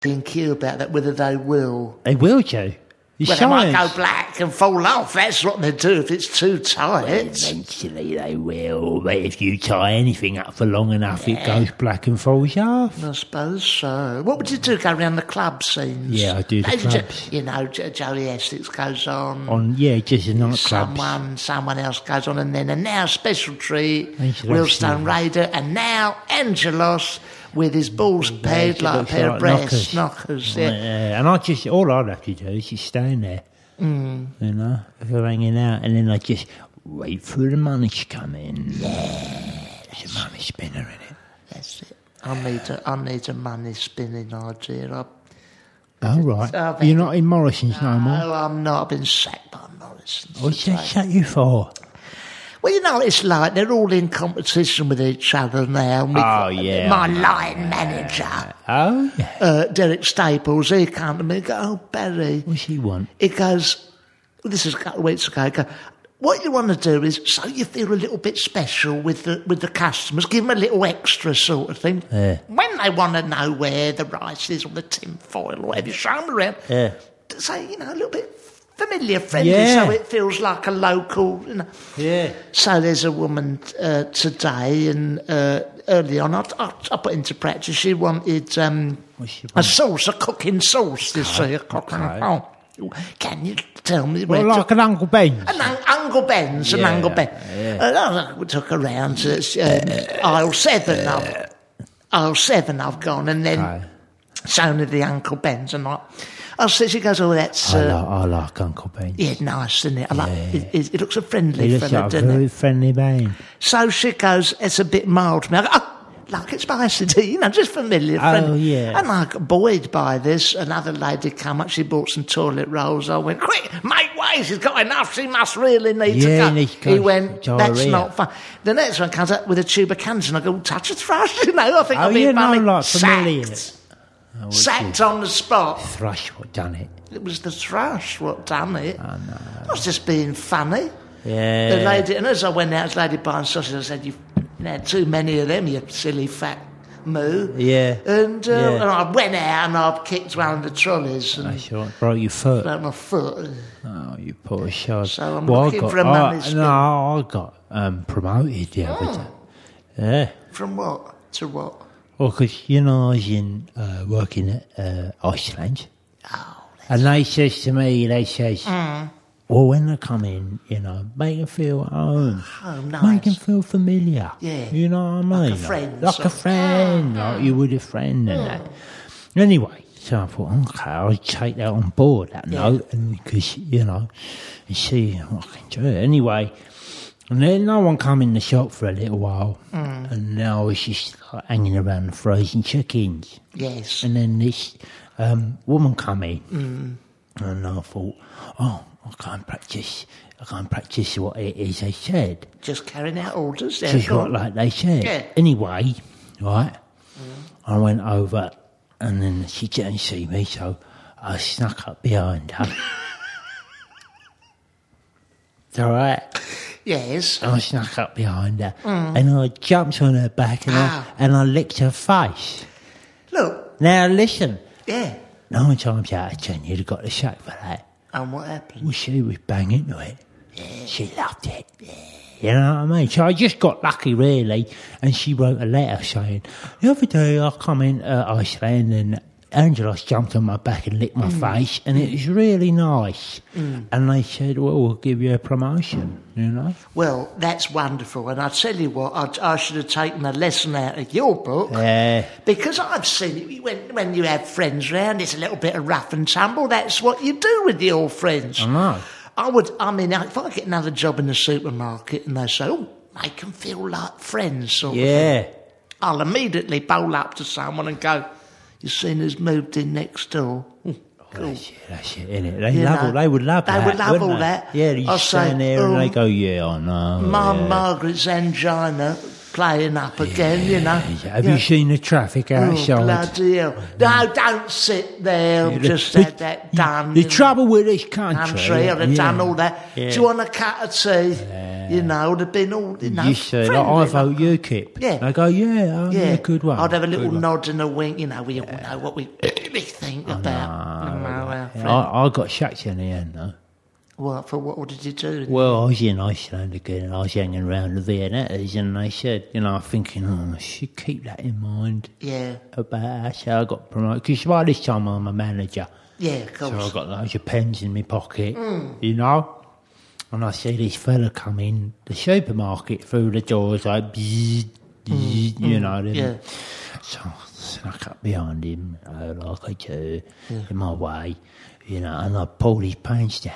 Speaker 3: being Q about that, whether they will.
Speaker 2: They will do. It's
Speaker 3: Well, they might
Speaker 2: science.
Speaker 3: go black and fall off. That's what they do if it's too tight.
Speaker 2: Eventually they will, but if you tie anything up for long enough, it goes black and falls off.
Speaker 3: I suppose so. What would you do? Go round the club scenes?
Speaker 2: Yeah, I do the
Speaker 3: Those jo-
Speaker 2: clubs.
Speaker 3: you know, Jo- Joey Essex goes on.
Speaker 2: On yeah, just a nightclub.
Speaker 3: Someone, someone else goes on, and then and now special treat,
Speaker 2: Angelos,
Speaker 3: Willstone
Speaker 2: yeah.
Speaker 3: Raider, and now Angelos with his balls paid like a
Speaker 2: looks
Speaker 3: pair
Speaker 2: like
Speaker 3: of
Speaker 2: knockers.
Speaker 3: breasts, knockers.
Speaker 2: Yeah,
Speaker 3: yeah.
Speaker 2: and I just all I'd have to do is just stand there, you know, if I'm hanging out, and then I just wait for the money to come in. Yeah, there's a money spinner in it.
Speaker 3: That's it. I need a, I need a money spinning idea. I,
Speaker 2: All right,
Speaker 3: Stop it.
Speaker 2: you're not in Morrison's no, more.
Speaker 3: no, oh, I'm not. I've been sacked by Morrison.
Speaker 2: What's that shut you for?
Speaker 3: Well, you know what it's like. They're all in competition with each other now. and we-
Speaker 2: Oh, yeah.
Speaker 3: My line manager,
Speaker 2: Oh, yeah.
Speaker 3: uh, Derek Staples, he came to me and go, oh, Barry.
Speaker 2: What's he want?
Speaker 3: He goes, well, this is a couple of weeks ago, he go, what you want to do is so you feel a little bit special with the with the customers, give them a little extra sort of thing.
Speaker 2: Yeah.
Speaker 3: When they want to know where the rice is or the tin foil or whatever, show them around.
Speaker 2: Yeah.
Speaker 3: Say, you know, a little bit familiar, friendly,
Speaker 2: Yeah.
Speaker 3: so it feels like a local, you know.
Speaker 2: Yeah.
Speaker 3: So there's a woman uh, today, and uh, early on, I, I, I put into practice. She wanted um,
Speaker 2: What's she
Speaker 3: a
Speaker 2: want?
Speaker 3: sauce, a cooking sauce. This say a cooking.
Speaker 2: okay.
Speaker 3: Oh, can you tell me where?
Speaker 2: Well,
Speaker 3: to-
Speaker 2: like an Uncle Ben.
Speaker 3: an un- Uncle Ben's, an
Speaker 2: Yeah,
Speaker 3: Uncle Ben.
Speaker 2: yeah. Uh,
Speaker 3: Uh, I took her round to um, aisle seven. I've, aisle seven, I've gone, and then
Speaker 2: Aye.
Speaker 3: sounded the Uncle Ben's, and I, I said, she goes, "Oh, that's."
Speaker 2: I,
Speaker 3: Uh,
Speaker 2: like, I like Uncle Ben.
Speaker 3: yeah, nice, isn't it? I like, it, it, it looks a friendly
Speaker 2: He looks
Speaker 3: fella,
Speaker 2: like a
Speaker 3: doesn't it?
Speaker 2: very friendly man.
Speaker 3: So she goes, it's a bit mild to me. I go, oh, like it's spicy tea, you know, just familiar.
Speaker 2: Oh,
Speaker 3: friend.
Speaker 2: yeah.
Speaker 3: And I got buoyed by this. Another lady come up, she bought some toilet rolls. I went, quick, make way, she's got enough, she must really need
Speaker 2: Yeah,
Speaker 3: to
Speaker 2: and
Speaker 3: go.
Speaker 2: he's got
Speaker 3: He went, that's
Speaker 2: diarrhea.
Speaker 3: not fun. The next one comes up with a tube of cans and I go, touch a thrush, you know, I think
Speaker 2: Oh,
Speaker 3: I'll be
Speaker 2: yeah, no,
Speaker 3: funny.
Speaker 2: like familiar. Oh,
Speaker 3: Sacked. Sacked on the spot.
Speaker 2: Thrush what done it.
Speaker 3: It was the thrush what done it. Oh, no. I was just being funny.
Speaker 2: Yeah.
Speaker 3: The lady, and as I went out, the lady buying sausage, I said, You've had too many of them, you silly fat moo.
Speaker 2: Yeah.
Speaker 3: And, uh,
Speaker 2: Yeah.
Speaker 3: and I went out and I kicked one of the trolleys and
Speaker 2: That's right. Broke your foot.
Speaker 3: broke my foot.
Speaker 2: Oh, you poor shot.
Speaker 3: So I'm
Speaker 2: well, I
Speaker 3: looking
Speaker 2: got,
Speaker 3: for a
Speaker 2: I-
Speaker 3: money spin.
Speaker 2: No, I got um, promoted the other day.
Speaker 3: Oh.
Speaker 2: Yeah.
Speaker 3: From what to what?
Speaker 2: Well, because, you know, I was in, uh, working at uh, Iceland.
Speaker 3: Oh,
Speaker 2: and they says to me, they says,
Speaker 3: Mm.
Speaker 2: well, when they come in, you know, make them feel at home.
Speaker 3: Oh,
Speaker 2: Make them
Speaker 3: nice.
Speaker 2: feel familiar.
Speaker 3: Yeah.
Speaker 2: You know what I mean?
Speaker 3: a friend,
Speaker 2: Like
Speaker 3: sort
Speaker 2: a
Speaker 3: of.
Speaker 2: friend. Like you would a friend and that. Anyway, so I thought, okay, I'll take that on board, that note, and because, you know, you see what I can do. Anyway, and then no one come in the shop for a little while,
Speaker 3: Mm.
Speaker 2: and now it's just like hanging around the frozen chickens.
Speaker 3: Yes. Mm.
Speaker 2: And then this um, woman come in, and I thought, oh, I can't practice. I can't practice what it is they said.
Speaker 3: Just carrying out orders. There,
Speaker 2: Just
Speaker 3: go
Speaker 2: what
Speaker 3: on.
Speaker 2: like they said.
Speaker 3: Yeah. Mm.
Speaker 2: Anyway, right? I went over, and then she didn't see me, so I snuck up behind her. It's all right.
Speaker 3: Yes.
Speaker 2: I snuck up behind her,
Speaker 3: Mm.
Speaker 2: and I jumped on her back, and
Speaker 3: Ow.
Speaker 2: I and I licked her face.
Speaker 3: Look.
Speaker 2: Now listen,
Speaker 3: Yeah.
Speaker 2: nine times out of ten, you'd have got the sack for that.
Speaker 3: And what happened?
Speaker 2: Well, she was bang into it. She loved it. You know what I mean? So I just got lucky, really. And she wrote a letter saying, The other day I come into Iceland and Angelos jumped on my back and licked my
Speaker 3: Mm.
Speaker 2: face, and it was really nice. And they said, Well, we'll give you a promotion, you know?
Speaker 3: Well, that's wonderful. And I tell you what, I, I should have taken a lesson out of your book.
Speaker 2: Yeah.
Speaker 3: Because I've seen it when, when you have friends round, it's a little bit of rough and tumble. That's what you do with your friends.
Speaker 2: I know.
Speaker 3: I would, I mean, if I get another job in the supermarket and they say, oh, make them feel like friends, sort of thing,
Speaker 2: Yeah.
Speaker 3: I'll immediately bowl up to someone and go, you seen who's moved in next door?
Speaker 2: Oh,
Speaker 3: Hmm, cool.
Speaker 2: That's it, that's it, innit? They
Speaker 3: You
Speaker 2: love
Speaker 3: know,
Speaker 2: all, they would love
Speaker 3: they
Speaker 2: that.
Speaker 3: would love
Speaker 2: wouldn't
Speaker 3: all
Speaker 2: they?
Speaker 3: that.
Speaker 2: Yeah, you
Speaker 3: I'll say,
Speaker 2: stand there and they
Speaker 3: "Um,
Speaker 2: go, Yeah, I know.
Speaker 3: Mum
Speaker 2: yeah."
Speaker 3: Margaret's angina playing up again, you know.
Speaker 2: Have
Speaker 3: Yeah.
Speaker 2: you seen the traffic
Speaker 3: Oh,
Speaker 2: outside?
Speaker 3: bloody hell. No, don't sit there. I've
Speaker 2: The-
Speaker 3: just
Speaker 2: the-
Speaker 3: had that done.
Speaker 2: The
Speaker 3: you know.
Speaker 2: trouble with this country,
Speaker 3: country or have
Speaker 2: yeah,
Speaker 3: done all that.
Speaker 2: yeah.
Speaker 3: Do you want a cut of tea? You know, would have been all you know.
Speaker 2: You say, like, I
Speaker 3: friendly,
Speaker 2: vote UKIP.
Speaker 3: Yeah.
Speaker 2: I go, yeah, oh, yeah. good one.
Speaker 3: I'd have a little
Speaker 2: Good one. Oh,
Speaker 3: nod and a wink. You know, we all know what we really think about. you know, our friend.
Speaker 2: I, I got sacked in the end, though.
Speaker 3: What for? What did you do?
Speaker 2: Well, I was in Iceland again, and I was hanging around the Viennettas, and they said, you know, I'm thinking, oh, I should keep that in mind
Speaker 3: yeah,
Speaker 2: about how so I got promoted. Because by this time, I'm a manager.
Speaker 3: yeah, of course.
Speaker 2: So I got loads of pens in my pocket,
Speaker 3: Mm.
Speaker 2: you know. And I see this fella come in the supermarket through the doors, like, bzzz, bzzz, you know. Them.
Speaker 3: Mm. yeah.
Speaker 2: So I snuck up behind him, uh, like I do, in my way, you know, and I pulled his pants down.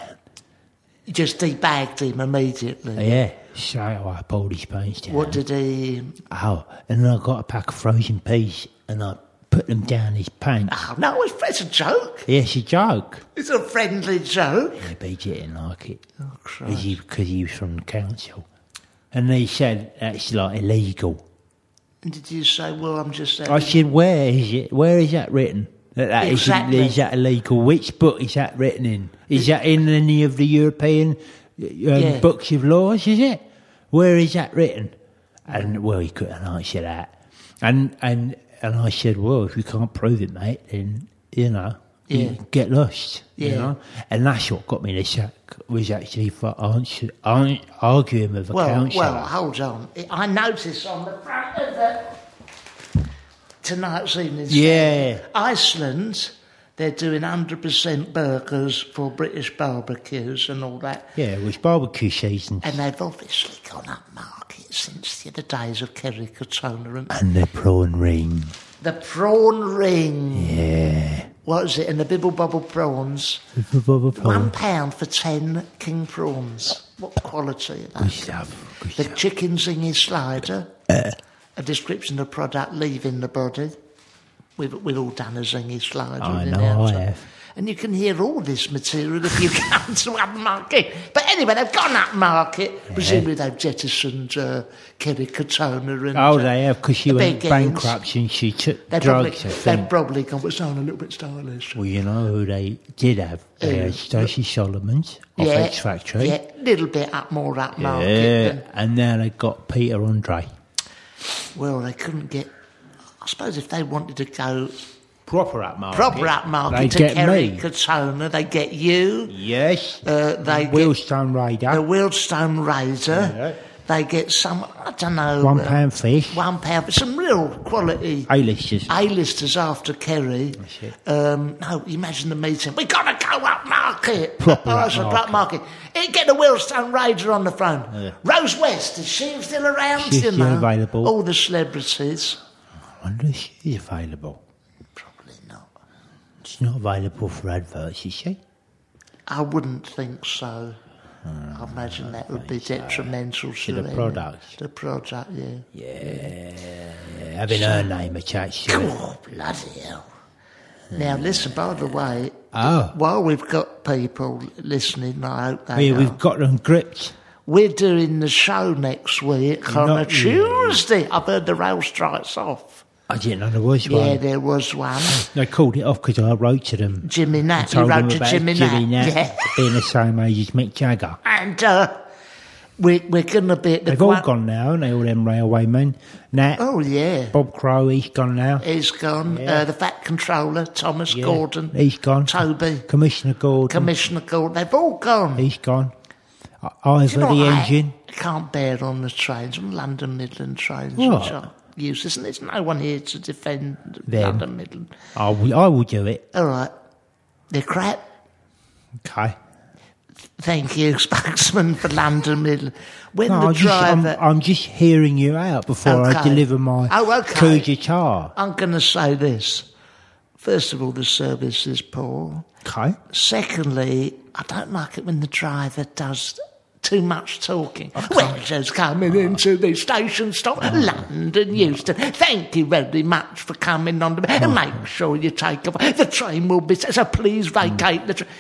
Speaker 3: You just debagged him immediately.
Speaker 2: Yeah, straight away, I pulled his pants down.
Speaker 3: What did he?
Speaker 2: Oh, and then I got a pack of frozen peas and I put them down his pants.
Speaker 3: Oh no, it's, it's a joke.
Speaker 2: Yeah, it's a joke.
Speaker 3: It's a friendly joke.
Speaker 2: Yeah, BG didn't like it. Because he, 'cause he was from council. And they said that's like illegal.
Speaker 3: And did you say, "Well, I'm just saying"?
Speaker 2: I said, where is it? Where is that written? That, that is-
Speaker 3: Exactly.
Speaker 2: is, that illegal? Which book is that written in? Is that in any of the European uh, um,
Speaker 3: Yeah.
Speaker 2: books of laws? Is it? Where is that written? And well, he couldn't answer that. And and and I said, well, if you can't prove it, mate, then you know,
Speaker 3: Yeah.
Speaker 2: you get lost. You
Speaker 3: Yeah.
Speaker 2: know, and that's what got me the sack was actually for answer, ar- arguing with a
Speaker 3: Well,
Speaker 2: councillor.
Speaker 3: well, hold on. I noticed on the front of the tonight's evening's
Speaker 2: yeah.
Speaker 3: Iceland, they're doing 100% burgers for British barbecues and all that.
Speaker 2: Yeah, it was barbecue season.
Speaker 3: And they've obviously gone up market since the other days of Kerry Katona and
Speaker 2: and the prawn ring.
Speaker 3: the prawn ring. Yeah. What is it? And the bibble bobble prawns.
Speaker 2: Oh.
Speaker 3: One pound for ten king prawns. What quality are
Speaker 2: Good
Speaker 3: they?
Speaker 2: stuff. Good
Speaker 3: The
Speaker 2: stuff.
Speaker 3: chicken zingy slider.
Speaker 2: Uh.
Speaker 3: a description of product leaving the body. We've, we've all done a zingy slider.
Speaker 2: I
Speaker 3: in
Speaker 2: know
Speaker 3: our
Speaker 2: I
Speaker 3: time.
Speaker 2: have.
Speaker 3: And you can hear all this material if you come to upmarket. But anyway, they've gone upmarket. Presumably they've jettisoned uh, Kerry Katona and...
Speaker 2: Oh,
Speaker 3: uh,
Speaker 2: they have, because she
Speaker 3: the
Speaker 2: went
Speaker 3: big games.
Speaker 2: bankrupt and she took
Speaker 3: They've probably,
Speaker 2: drugs, I
Speaker 3: they've
Speaker 2: think.
Speaker 3: probably gone, but sound a little bit stylish.
Speaker 2: well, you know who they did have? They had Stacey Solomons of X Factory.
Speaker 3: Mm. Yeah, a little bit up more upmarket.
Speaker 2: Yeah,
Speaker 3: than-
Speaker 2: and now they got Peter Andre.
Speaker 3: well, they couldn't get... I suppose if they wanted to go
Speaker 2: Proper upmarket.
Speaker 3: proper upmarket
Speaker 2: They
Speaker 3: to
Speaker 2: get
Speaker 3: Kerry
Speaker 2: me.
Speaker 3: Katona. They get you.
Speaker 2: Yes.
Speaker 3: Uh, they get
Speaker 2: Wheelstone Raider.
Speaker 3: the Wheelstone Razor.
Speaker 2: Yeah.
Speaker 3: They get some, I don't know.
Speaker 2: One
Speaker 3: uh,
Speaker 2: pound fish.
Speaker 3: One pound. But some real quality
Speaker 2: A-listers.
Speaker 3: A-listers after Kerry.
Speaker 2: it.
Speaker 3: Um, no, imagine the meeting. we got to go upmarket.
Speaker 2: Proper
Speaker 3: Oh, it's a
Speaker 2: upmarket.
Speaker 3: upmarket. It, get the Wheelstone Razor on the phone. Rose West, is she still around?
Speaker 2: She's
Speaker 3: you
Speaker 2: still
Speaker 3: know?
Speaker 2: available.
Speaker 3: All the celebrities.
Speaker 2: I wonder if she's available.
Speaker 3: Probably not.
Speaker 2: She's not available for adverts, is she?
Speaker 3: I wouldn't think so. I imagine that would be detrimental to,
Speaker 2: the
Speaker 3: any-
Speaker 2: product.
Speaker 3: The product, yeah.
Speaker 2: Yeah, having her name attached to it.
Speaker 3: Oh, bloody hell. Now, listen, by the way,
Speaker 2: Hmm. Oh.
Speaker 3: While we've got people listening, I hope they
Speaker 2: yeah,
Speaker 3: are.
Speaker 2: we've got them gripped.
Speaker 3: We're doing the show next week on a
Speaker 2: Not you.
Speaker 3: Tuesday. I've heard the rail strikes off.
Speaker 2: I didn't know there was
Speaker 3: Yeah,
Speaker 2: one.
Speaker 3: there was one.
Speaker 2: They called it off because I wrote to them.
Speaker 3: Jimmy
Speaker 2: I
Speaker 3: Nat, you
Speaker 2: told them
Speaker 3: wrote to
Speaker 2: about
Speaker 3: Jimmy, Nat. Yeah.
Speaker 2: being the same age as Mick Jagger.
Speaker 3: And uh, we, we're going to be at the...
Speaker 2: They've all
Speaker 3: Gwa-
Speaker 2: gone now, haven't they? All them railway men. Nat,
Speaker 3: Oh, yeah.
Speaker 2: Bob Crowe, he's gone now.
Speaker 3: He's gone. Uh, the Fat Controller, Thomas
Speaker 2: Yeah,
Speaker 3: Gordon.
Speaker 2: He's gone.
Speaker 3: Toby.
Speaker 2: Commissioner Gordon.
Speaker 3: Commissioner Gordon. They've all gone.
Speaker 2: he's gone. I- Ivor
Speaker 3: Do you know
Speaker 2: the
Speaker 3: what
Speaker 2: engine.
Speaker 3: I can't bear on the trains, on London Midland trains,
Speaker 2: What?
Speaker 3: which are useless, and there's no one here to defend
Speaker 2: Them.
Speaker 3: London Midland.
Speaker 2: I will, I will do it.
Speaker 3: All right, they're crap.
Speaker 2: Okay.
Speaker 3: Thank you, spokesman for London Midland. When
Speaker 2: No,
Speaker 3: the
Speaker 2: I'm, just, I'm,
Speaker 3: driver,
Speaker 2: I'm just hearing you out before I
Speaker 3: Okay.
Speaker 2: deliver my
Speaker 3: Oh, okay.
Speaker 2: coup d'etat.
Speaker 3: I'm going to say this. First of all, the service is poor.
Speaker 2: Okay.
Speaker 3: Secondly, I don't like it when the driver does too much talking. Welshers coming into the station stop,
Speaker 2: Mm.
Speaker 3: London, Euston. Thank you very much for coming on. The, and
Speaker 2: Mm.
Speaker 3: make sure you take off. The train will be set, so please vacate the train.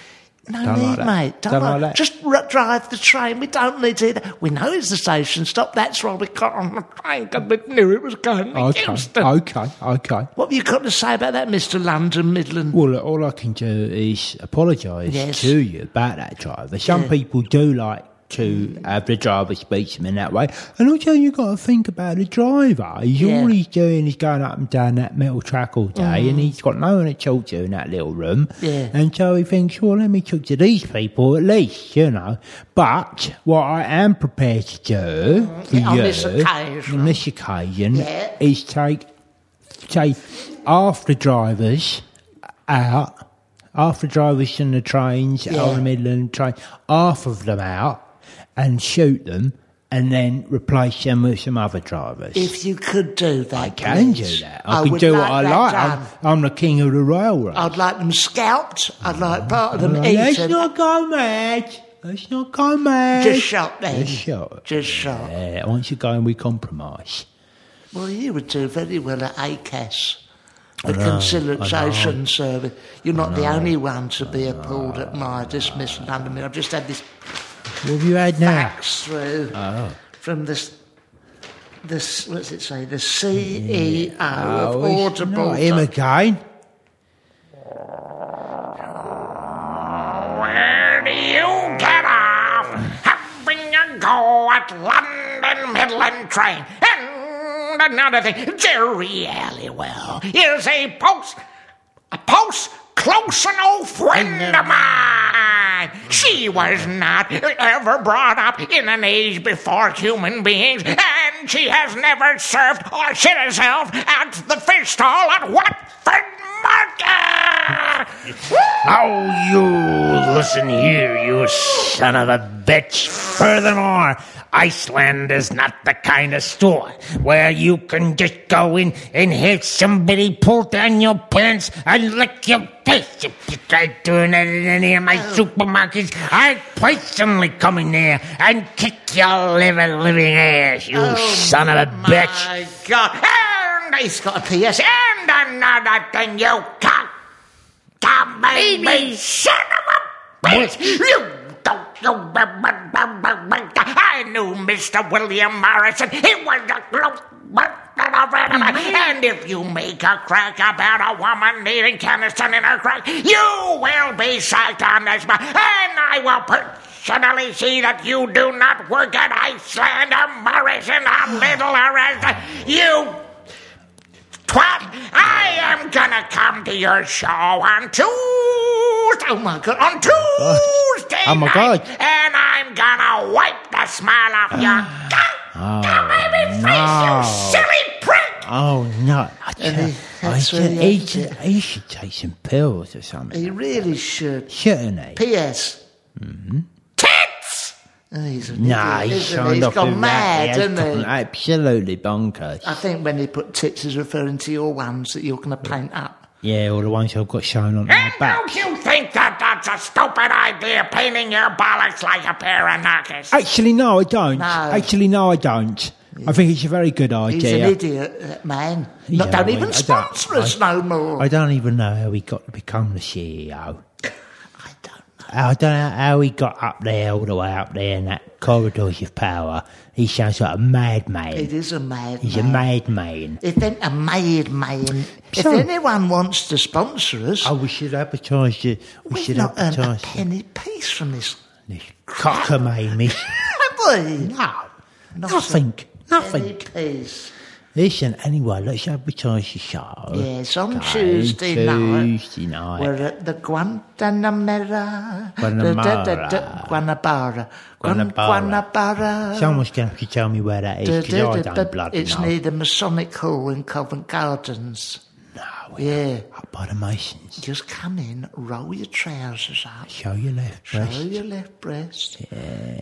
Speaker 3: No
Speaker 2: Don't
Speaker 3: need,
Speaker 2: like that.
Speaker 3: mate. Don't,
Speaker 2: Don't like
Speaker 3: worry.
Speaker 2: that.
Speaker 3: Just r- drive the train. We don't need to hear that. We know it's the station stop. That's why we got on the train because we knew it was going to
Speaker 2: Okay.
Speaker 3: Euston.
Speaker 2: Okay. Okay.
Speaker 3: What have you got to say about that, Mr. London Midland?
Speaker 2: Well, look, all I can do is apologise
Speaker 3: Mm. Yes.
Speaker 2: to you about that driver. Some people do like to have the driver speak to them in that way. And also, you've got to think about the driver. He's,
Speaker 3: Yeah.
Speaker 2: All he's doing is going up and down that metal track all day, and he's got no one to talk to in that little room.
Speaker 3: Mm. Yeah.
Speaker 2: And so he thinks, well, let me talk to these people at least, you know. But what I am prepared to do for
Speaker 3: Mm. On
Speaker 2: you,
Speaker 3: this occasion.
Speaker 2: on this occasion,
Speaker 3: Yeah.
Speaker 2: is take say half the drivers out, half the drivers in the trains
Speaker 3: Yeah.
Speaker 2: on the Midland train, half of them out, and shoot them, and then replace them with some other drivers.
Speaker 3: If you could do that,
Speaker 2: I can do
Speaker 3: please.
Speaker 2: that. I, can do what I
Speaker 3: that
Speaker 2: like.
Speaker 3: done.
Speaker 2: I'm, I'm the king of the railroad.
Speaker 3: I'd like them scalped. I'd like part of them
Speaker 2: Let's
Speaker 3: eaten.
Speaker 2: Oh, not go mad. Let's not go mad.
Speaker 3: Just shot then.
Speaker 2: Just shot.
Speaker 3: Just shot.
Speaker 2: Yeah, once you go and we compromise.
Speaker 3: Well, you would do very well at ACAS, the conciliation service. You're not the only one to be appalled at my dismissal under me. I've just had this
Speaker 2: What have you had now?
Speaker 3: fax through
Speaker 2: Oh.
Speaker 3: from this. This what's it say? The CEO of
Speaker 2: Oh, it's
Speaker 3: Audible.
Speaker 2: not him again.
Speaker 5: Where do you get off having a go at London Midland train? And another thing, Jerry Halliwell is a post, a post close and old friend of mine. She was not ever brought up in an age before human beings, and she has never served or shit herself at the fish stall at Watford Market.
Speaker 6: Oh, you listen here, you son of a bitch. Furthermore, Iceland is not the kind of store where you can just go in and have somebody pull down your pants and lick your face. If you try doing that in any of my supermarkets, I personally come in there and kick your liver living ass, you son of a bitch.
Speaker 3: My God!
Speaker 5: And he's got a PS. And another thing, you can't, can't make me son of a bitch. You don't, you I knew Mr. William Morrison. He was a close bastard of enemy. And if you make a crack about a woman needing Keniston in her crack, you will be sacked on this ma- And I will personally see that you do not work at Iceland or Morrison or Little or as you twat. I am gonna come to your show on Tuesday. Oh my god, on Tuesday
Speaker 2: Uh, Oh my
Speaker 5: night,
Speaker 2: God. Ah.
Speaker 5: and I'm gonna wipe the smile off your goddamn baby face, you silly prick.
Speaker 2: Oh no! I tell, I
Speaker 3: that's
Speaker 2: tell,
Speaker 3: really
Speaker 2: he,
Speaker 3: opened
Speaker 2: should,
Speaker 3: it.
Speaker 2: he should take some pills or something,
Speaker 3: He really should.
Speaker 2: shouldn't he?
Speaker 3: P.S.
Speaker 5: Tits!
Speaker 3: Oh, he's an
Speaker 2: No, Mm-hmm.
Speaker 3: idiot,
Speaker 2: he's
Speaker 3: isn't
Speaker 2: signed
Speaker 3: he?
Speaker 2: off
Speaker 3: He's gone
Speaker 2: with that.
Speaker 3: mad,
Speaker 2: He has
Speaker 3: isn't
Speaker 2: gone
Speaker 3: he? Ah.
Speaker 2: absolutely bonkers.
Speaker 3: I think when he put tits, he's referring to your ones that you're going to paint up.
Speaker 2: yeah, all the ones I've got shown on my
Speaker 5: And
Speaker 2: back.
Speaker 5: don't you think that that's a stupid idea, painting your bollocks like a pair of knockers?
Speaker 2: Actually, no, I don't.
Speaker 3: No.
Speaker 2: Actually, no, I don't. I think it's a very good
Speaker 3: He's
Speaker 2: idea.
Speaker 3: an idiot, that man. Not,
Speaker 2: Yeah,
Speaker 3: don't
Speaker 2: well, I
Speaker 3: even
Speaker 2: don't-
Speaker 3: sponsor us no more.
Speaker 2: I don't even know how he got to become the CEO. E I don't know how he got up there, all the way up there in that corridors of power. He sounds like a madman.
Speaker 3: It is a mad
Speaker 2: He's a
Speaker 3: man.
Speaker 2: madman.
Speaker 3: It ain't a mad man. If
Speaker 2: So-
Speaker 3: anyone wants to sponsor us,
Speaker 2: Oh, we should advertise it. We
Speaker 3: we've
Speaker 2: should
Speaker 3: not earned a
Speaker 2: advertise it.
Speaker 3: penny piece from this.
Speaker 2: This cockamamie.
Speaker 3: Have we?
Speaker 2: no,
Speaker 3: Not
Speaker 2: nothing,
Speaker 3: a
Speaker 2: nothing.
Speaker 3: Penny piece.
Speaker 2: Listen, anyway, let's advertise the show.
Speaker 3: Yes, on
Speaker 2: Okay,
Speaker 3: Tuesday,
Speaker 2: Tuesday
Speaker 3: night.
Speaker 2: night.
Speaker 3: We're at the Guantanamera.
Speaker 2: Guanamara.
Speaker 3: Da-da-da-da- Guanabara. Guan-
Speaker 2: Guanabara.
Speaker 3: Guanabara.
Speaker 2: Someone's going to have to tell me where that is
Speaker 3: Da- da-
Speaker 2: because I
Speaker 3: da-
Speaker 2: don't
Speaker 3: da-
Speaker 2: bloody
Speaker 3: It's
Speaker 2: know.
Speaker 3: near the Masonic Hall in Covent Gardens.
Speaker 2: No, we
Speaker 3: Yeah.
Speaker 2: up by the Masons.
Speaker 3: Just come in, roll your trousers up,
Speaker 2: Show your left
Speaker 3: show
Speaker 2: breast.
Speaker 3: your left breast,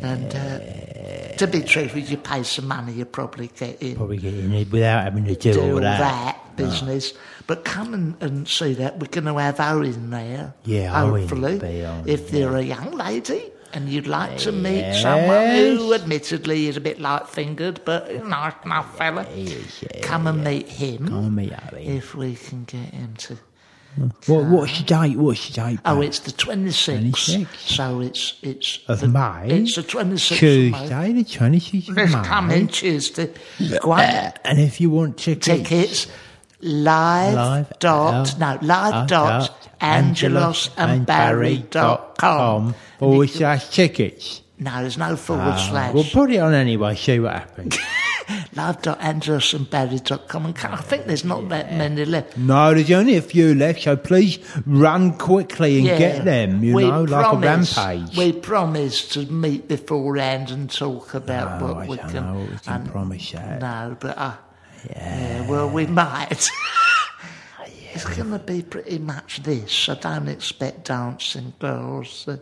Speaker 3: and uh, to be truthful, you pay some money, you probably get in.
Speaker 2: Probably get in it without having to do,
Speaker 3: do
Speaker 2: all that. Ah.
Speaker 3: business. But come and, and see that. We're going to have Owen there.
Speaker 2: Yeah, Owen will
Speaker 3: hopefully.
Speaker 2: be on,
Speaker 3: if you're a young lady and you'd like to meet someone who, admittedly, is a bit light fingered, but a nice enough fella, come and meet him.
Speaker 2: Oh, me, Abby.
Speaker 3: If we can get him to.
Speaker 2: What, what's the date? What's the date?
Speaker 3: uh, Oh,
Speaker 2: babe?
Speaker 3: it's the 26th.
Speaker 2: 26th.
Speaker 3: So it's. it's
Speaker 2: Of
Speaker 3: the,
Speaker 2: May?
Speaker 3: It's the 26th. Of
Speaker 2: Tuesday,
Speaker 3: May.
Speaker 2: the 26th of
Speaker 3: It's
Speaker 2: May.
Speaker 3: coming Tuesday. Go on.
Speaker 2: Uh, And if you want tickets,
Speaker 3: tickets live,
Speaker 2: Live
Speaker 3: dot
Speaker 2: at-
Speaker 3: no live
Speaker 2: uh,
Speaker 3: dot angelos and barry dot com.
Speaker 2: Forward slash tickets.
Speaker 3: No, there's no forward slash.
Speaker 2: Ah, We'll put it on anyway, see what happens.
Speaker 3: live dot angelos and barry dot com. And I think there's not that many left.
Speaker 2: no, there's only a few left, so please run quickly and
Speaker 3: Yeah.
Speaker 2: get them, you
Speaker 3: we
Speaker 2: know,
Speaker 3: promise,
Speaker 2: like a rampage.
Speaker 3: We promise to meet beforehand and talk about
Speaker 2: No,
Speaker 3: what
Speaker 2: Oh, I
Speaker 3: we
Speaker 2: don't
Speaker 3: can.
Speaker 2: know what we can promise that.
Speaker 3: No, but uh, yeah. well, we might. It's going to be pretty much this. I don't expect dancing girls. uh,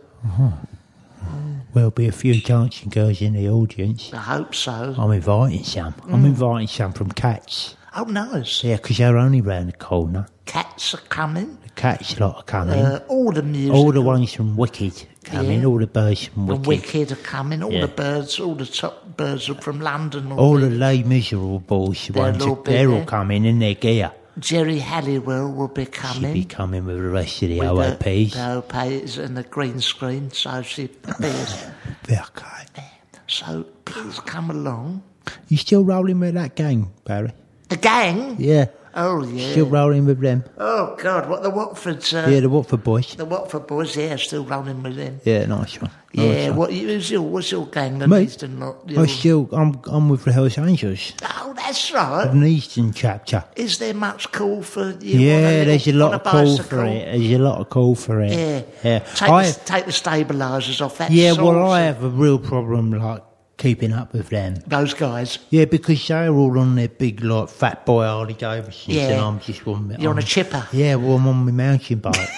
Speaker 2: There'll be a few dancing girls in the audience.
Speaker 3: I hope so.
Speaker 2: I'm inviting some. I'm
Speaker 3: Mm.
Speaker 2: inviting some from Cats.
Speaker 3: Oh, nice.
Speaker 2: Yeah, because they're only round the corner.
Speaker 3: Cats are coming.
Speaker 2: The Cats lot are coming.
Speaker 3: Uh, all the music.
Speaker 2: Mm-hmm. all the ones from Wicked coming.
Speaker 3: Yeah.
Speaker 2: All the birds from
Speaker 3: the
Speaker 2: Wicked.
Speaker 3: wicked are coming. All
Speaker 2: Yeah.
Speaker 3: the birds, all the top birds are from London.
Speaker 2: All the lay miserable boys,
Speaker 3: They'll
Speaker 2: ones,
Speaker 3: all be
Speaker 2: they're all
Speaker 3: there.
Speaker 2: coming in their gear.
Speaker 3: Jerry Halliwell will be
Speaker 2: She'll
Speaker 3: coming.
Speaker 2: be coming with the rest of the
Speaker 3: with
Speaker 2: OAPs.
Speaker 3: The, the OAPs and the green screen, so she appears.
Speaker 2: Okay.
Speaker 3: so please come along.
Speaker 2: You still rolling with that gang, Barry?
Speaker 3: The gang?
Speaker 2: Yeah.
Speaker 3: Oh, yeah.
Speaker 2: Still rolling with them?
Speaker 3: oh, God, what the Watford's. Uh,
Speaker 2: yeah, Oh, the Watford boys.
Speaker 3: The Watford boys, yeah, still rolling with them.
Speaker 2: Yeah, nice one. Nice
Speaker 3: Yeah,
Speaker 2: one.
Speaker 3: what, who's your, what's your gang that
Speaker 2: Me?
Speaker 3: needs to not...
Speaker 2: I still, I'm, I'm with the Hells Angels,
Speaker 3: Oh, that's right.
Speaker 2: an Eastern chapter.
Speaker 3: Is there much call for you?
Speaker 2: Yeah,
Speaker 3: on a little-
Speaker 2: there's a lot
Speaker 3: on
Speaker 2: of call
Speaker 3: bicycle?
Speaker 2: for it. There's a lot of call for it.
Speaker 3: Yeah,
Speaker 2: yeah.
Speaker 3: Take,
Speaker 2: I-
Speaker 3: the, take the stabilisers off that.
Speaker 2: yeah.
Speaker 3: sort
Speaker 2: Well, I
Speaker 3: of-
Speaker 2: have a real problem like keeping up with them.
Speaker 3: those guys.
Speaker 2: Yeah, because they're all on their big like fat boy Harley Davidson,
Speaker 3: Yeah.
Speaker 2: and I'm just on.
Speaker 3: You're on a
Speaker 2: I'm-
Speaker 3: chipper.
Speaker 2: Oh, Yeah, well, I'm on my mountain bike.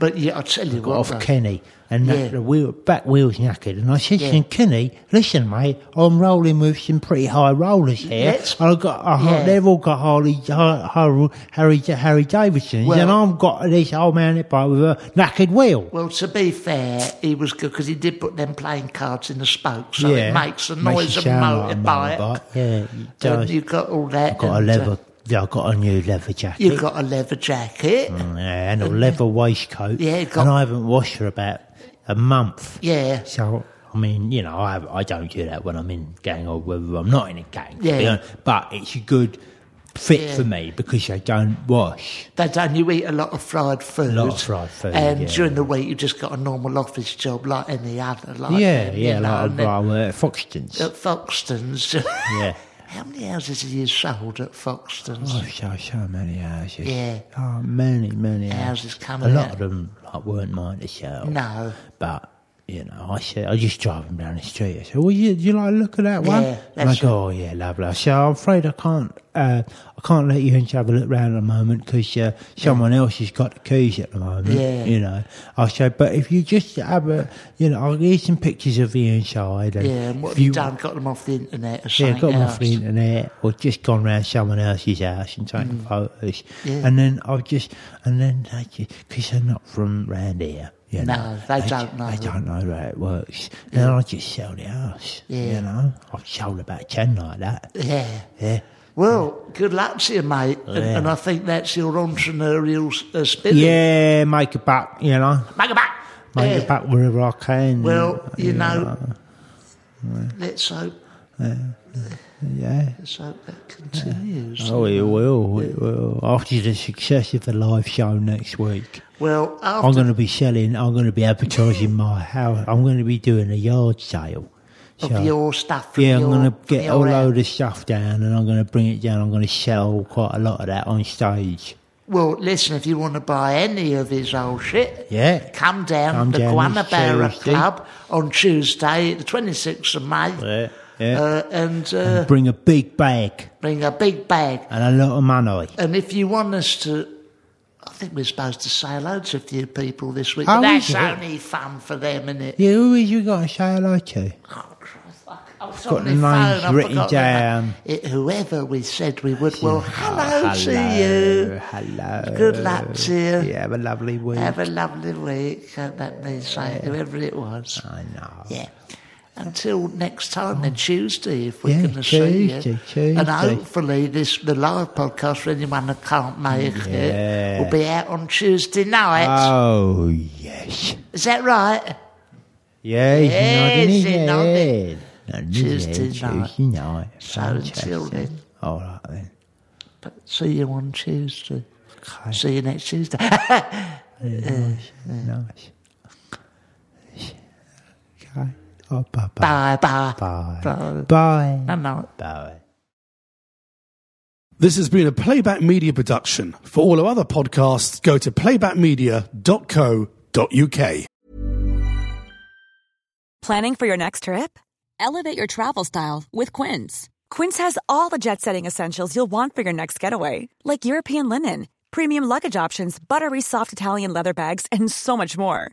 Speaker 3: But yeah, I tell you
Speaker 2: got
Speaker 3: what,
Speaker 2: off
Speaker 3: though,
Speaker 2: Kenny, and
Speaker 3: Yeah.
Speaker 2: that, the wheel, back wheel's knackered. And I said
Speaker 3: Yeah.
Speaker 2: to him, Kenny, listen, mate, I'm rolling with some pretty high rollers here.
Speaker 3: Let's-
Speaker 2: I've got, a,
Speaker 3: Yeah.
Speaker 2: they've all got Harley, Har- Har- Harry, Harry Davidsons,
Speaker 3: Well-
Speaker 2: and I've got this old mountain bike with a knackered wheel.
Speaker 3: Well, to be fair, he was good because he did put them playing cards in the spoke, so it makes the
Speaker 2: a
Speaker 3: noise of motorbike.
Speaker 2: Yeah, it
Speaker 3: and
Speaker 2: does.
Speaker 3: you got all that.
Speaker 2: I've got a
Speaker 3: and, uh,
Speaker 2: leather, yeah, I've got a new leather jacket.
Speaker 3: you got a leather jacket.
Speaker 2: Yeah, and a leather waistcoat.
Speaker 3: Yeah, it got-
Speaker 2: and I haven't washed for about a month.
Speaker 3: Yeah.
Speaker 2: So I mean, you know, I I don't do that when I'm in gang or whether I'm not in a gang. to be
Speaker 3: Yeah.
Speaker 2: honest. but it's a good fit for me because I don't wash.
Speaker 3: They done. You eat a lot of fried food.
Speaker 2: lot of fried food,
Speaker 3: And
Speaker 2: yeah.
Speaker 3: during the week, you just got a normal office job like any other. Like
Speaker 2: yeah,
Speaker 3: you
Speaker 2: yeah,
Speaker 3: know,
Speaker 2: like
Speaker 3: and then
Speaker 2: I wear at Foxton's.
Speaker 3: at Foxton's.
Speaker 2: Yeah.
Speaker 3: How many houses have you sold at Foxton's?
Speaker 2: Oh, so so many houses.
Speaker 3: Yeah.
Speaker 2: Oh, many many
Speaker 3: Houses
Speaker 2: houses.
Speaker 3: coming
Speaker 2: A lot
Speaker 3: out.
Speaker 2: of them like, weren't mine to sell.
Speaker 3: No.
Speaker 2: But you know, I said I just drive them down the street. I said, "Well, you, you like the look at that one?"
Speaker 3: Yeah,
Speaker 2: and I
Speaker 3: that's
Speaker 2: go, "Oh yeah, lovely." I said, "I'm afraid I can't, uh, I can't let you in to have a look round at the moment because uh, someone else has got the keys at the moment."
Speaker 3: Yeah.
Speaker 2: You know, I said, "But if you just have a, you know, I'll get some pictures of the inside." And
Speaker 3: Yeah, and what
Speaker 2: if
Speaker 3: have you done? Got them off the internet or
Speaker 2: yeah,
Speaker 3: something?
Speaker 2: got them off the
Speaker 3: else?
Speaker 2: internet or just gone round someone else's house and taken photos.
Speaker 3: Mm. Yeah.
Speaker 2: And then I've just, and then they just, because they're not from round here. You
Speaker 3: No,
Speaker 2: know,
Speaker 3: they
Speaker 2: ju-
Speaker 3: don't know.
Speaker 2: They don't know how it works. Then I just sell the house.
Speaker 3: Yeah.
Speaker 2: You know, I've sold about 10 like that.
Speaker 3: Yeah.
Speaker 2: Yeah.
Speaker 3: Well, good luck to you, mate. And,
Speaker 2: Yeah.
Speaker 3: and I think that's your entrepreneurial s- uh, spirit.
Speaker 2: Yeah, make a buck, you know.
Speaker 5: Make it back.
Speaker 2: Make it back wherever I can.
Speaker 3: Well, you know, let's hope.
Speaker 2: yeah.
Speaker 3: Let's hope that continues.
Speaker 2: Oh, it will. It will. After the success of the live show next week,
Speaker 3: Well, after,
Speaker 2: I'm going to be selling. I'm going to be advertising my house. I'm going to be doing a yard sale.
Speaker 3: of
Speaker 2: So-
Speaker 3: your stuff. from
Speaker 2: yeah, I'm
Speaker 3: your-
Speaker 2: going to
Speaker 3: from
Speaker 2: get
Speaker 3: your
Speaker 2: a
Speaker 3: house.
Speaker 2: load of stuff down, and I'm going to bring it down. I'm going to sell quite a lot of that on stage.
Speaker 3: Well, listen, if you want to buy any of his old shit,
Speaker 2: Yeah.
Speaker 3: come down
Speaker 2: Come
Speaker 3: to
Speaker 2: down
Speaker 3: Guanabara
Speaker 2: and see.
Speaker 3: Club on Tuesday, the 26th of May,
Speaker 2: Yeah, Mm. yeah.
Speaker 3: uh, and uh,
Speaker 2: bring a big bag
Speaker 3: bring a big bag.
Speaker 2: and a lot of money.
Speaker 3: And if you want us to, I think we're supposed to say hello to a few people this week.
Speaker 2: Oh,
Speaker 3: but
Speaker 2: is
Speaker 3: that's
Speaker 2: it?
Speaker 3: only fun for them, isn't it?
Speaker 2: Yeah, who is you got to say hello to?
Speaker 3: Oh, Christ, I- I was
Speaker 2: Got
Speaker 3: on the
Speaker 2: the
Speaker 3: phone,
Speaker 2: names
Speaker 3: I
Speaker 2: written
Speaker 3: forgot the name.
Speaker 2: down.
Speaker 3: It, whoever we said we would. Well, hello,
Speaker 2: Oh,
Speaker 3: to you.
Speaker 2: Hello.
Speaker 3: Good luck to you.
Speaker 2: Yeah, have a lovely week.
Speaker 3: Have a lovely week. And that means saying whoever it was.
Speaker 2: I know.
Speaker 3: Yeah. Until next time, then Tuesday, if we're
Speaker 2: Oh. Yeah,
Speaker 3: going to see you.
Speaker 2: Tuesday, Tuesday.
Speaker 3: And hopefully, this the live podcast for anyone that can't make it will be out on Tuesday night.
Speaker 2: Oh, yes.
Speaker 3: Is that right?
Speaker 2: Yeah, he's nodding his
Speaker 3: Yes, he's nodding.
Speaker 2: head. Nodding his head,
Speaker 3: Tuesday night.
Speaker 2: Tuesday night.
Speaker 3: So until
Speaker 2: Fantastic.
Speaker 3: then.
Speaker 2: All right then.
Speaker 3: But see you on Tuesday.
Speaker 2: Okay.
Speaker 3: See you next Tuesday. uh,
Speaker 2: Nice. Okay. Oh, bye bye.
Speaker 3: bye bye.
Speaker 2: Bye.
Speaker 3: Bye.
Speaker 2: Bye.
Speaker 3: Good night.
Speaker 2: Bye.
Speaker 1: This has been a Playback Media production. For all our other podcasts, go to playbackmedia.co.uk.
Speaker 7: Planning for your next trip? Elevate your travel style with Quince. Quince has all the jet setting essentials you'll want for your next getaway, like European linen, premium luggage options, buttery soft Italian leather bags, and so much more.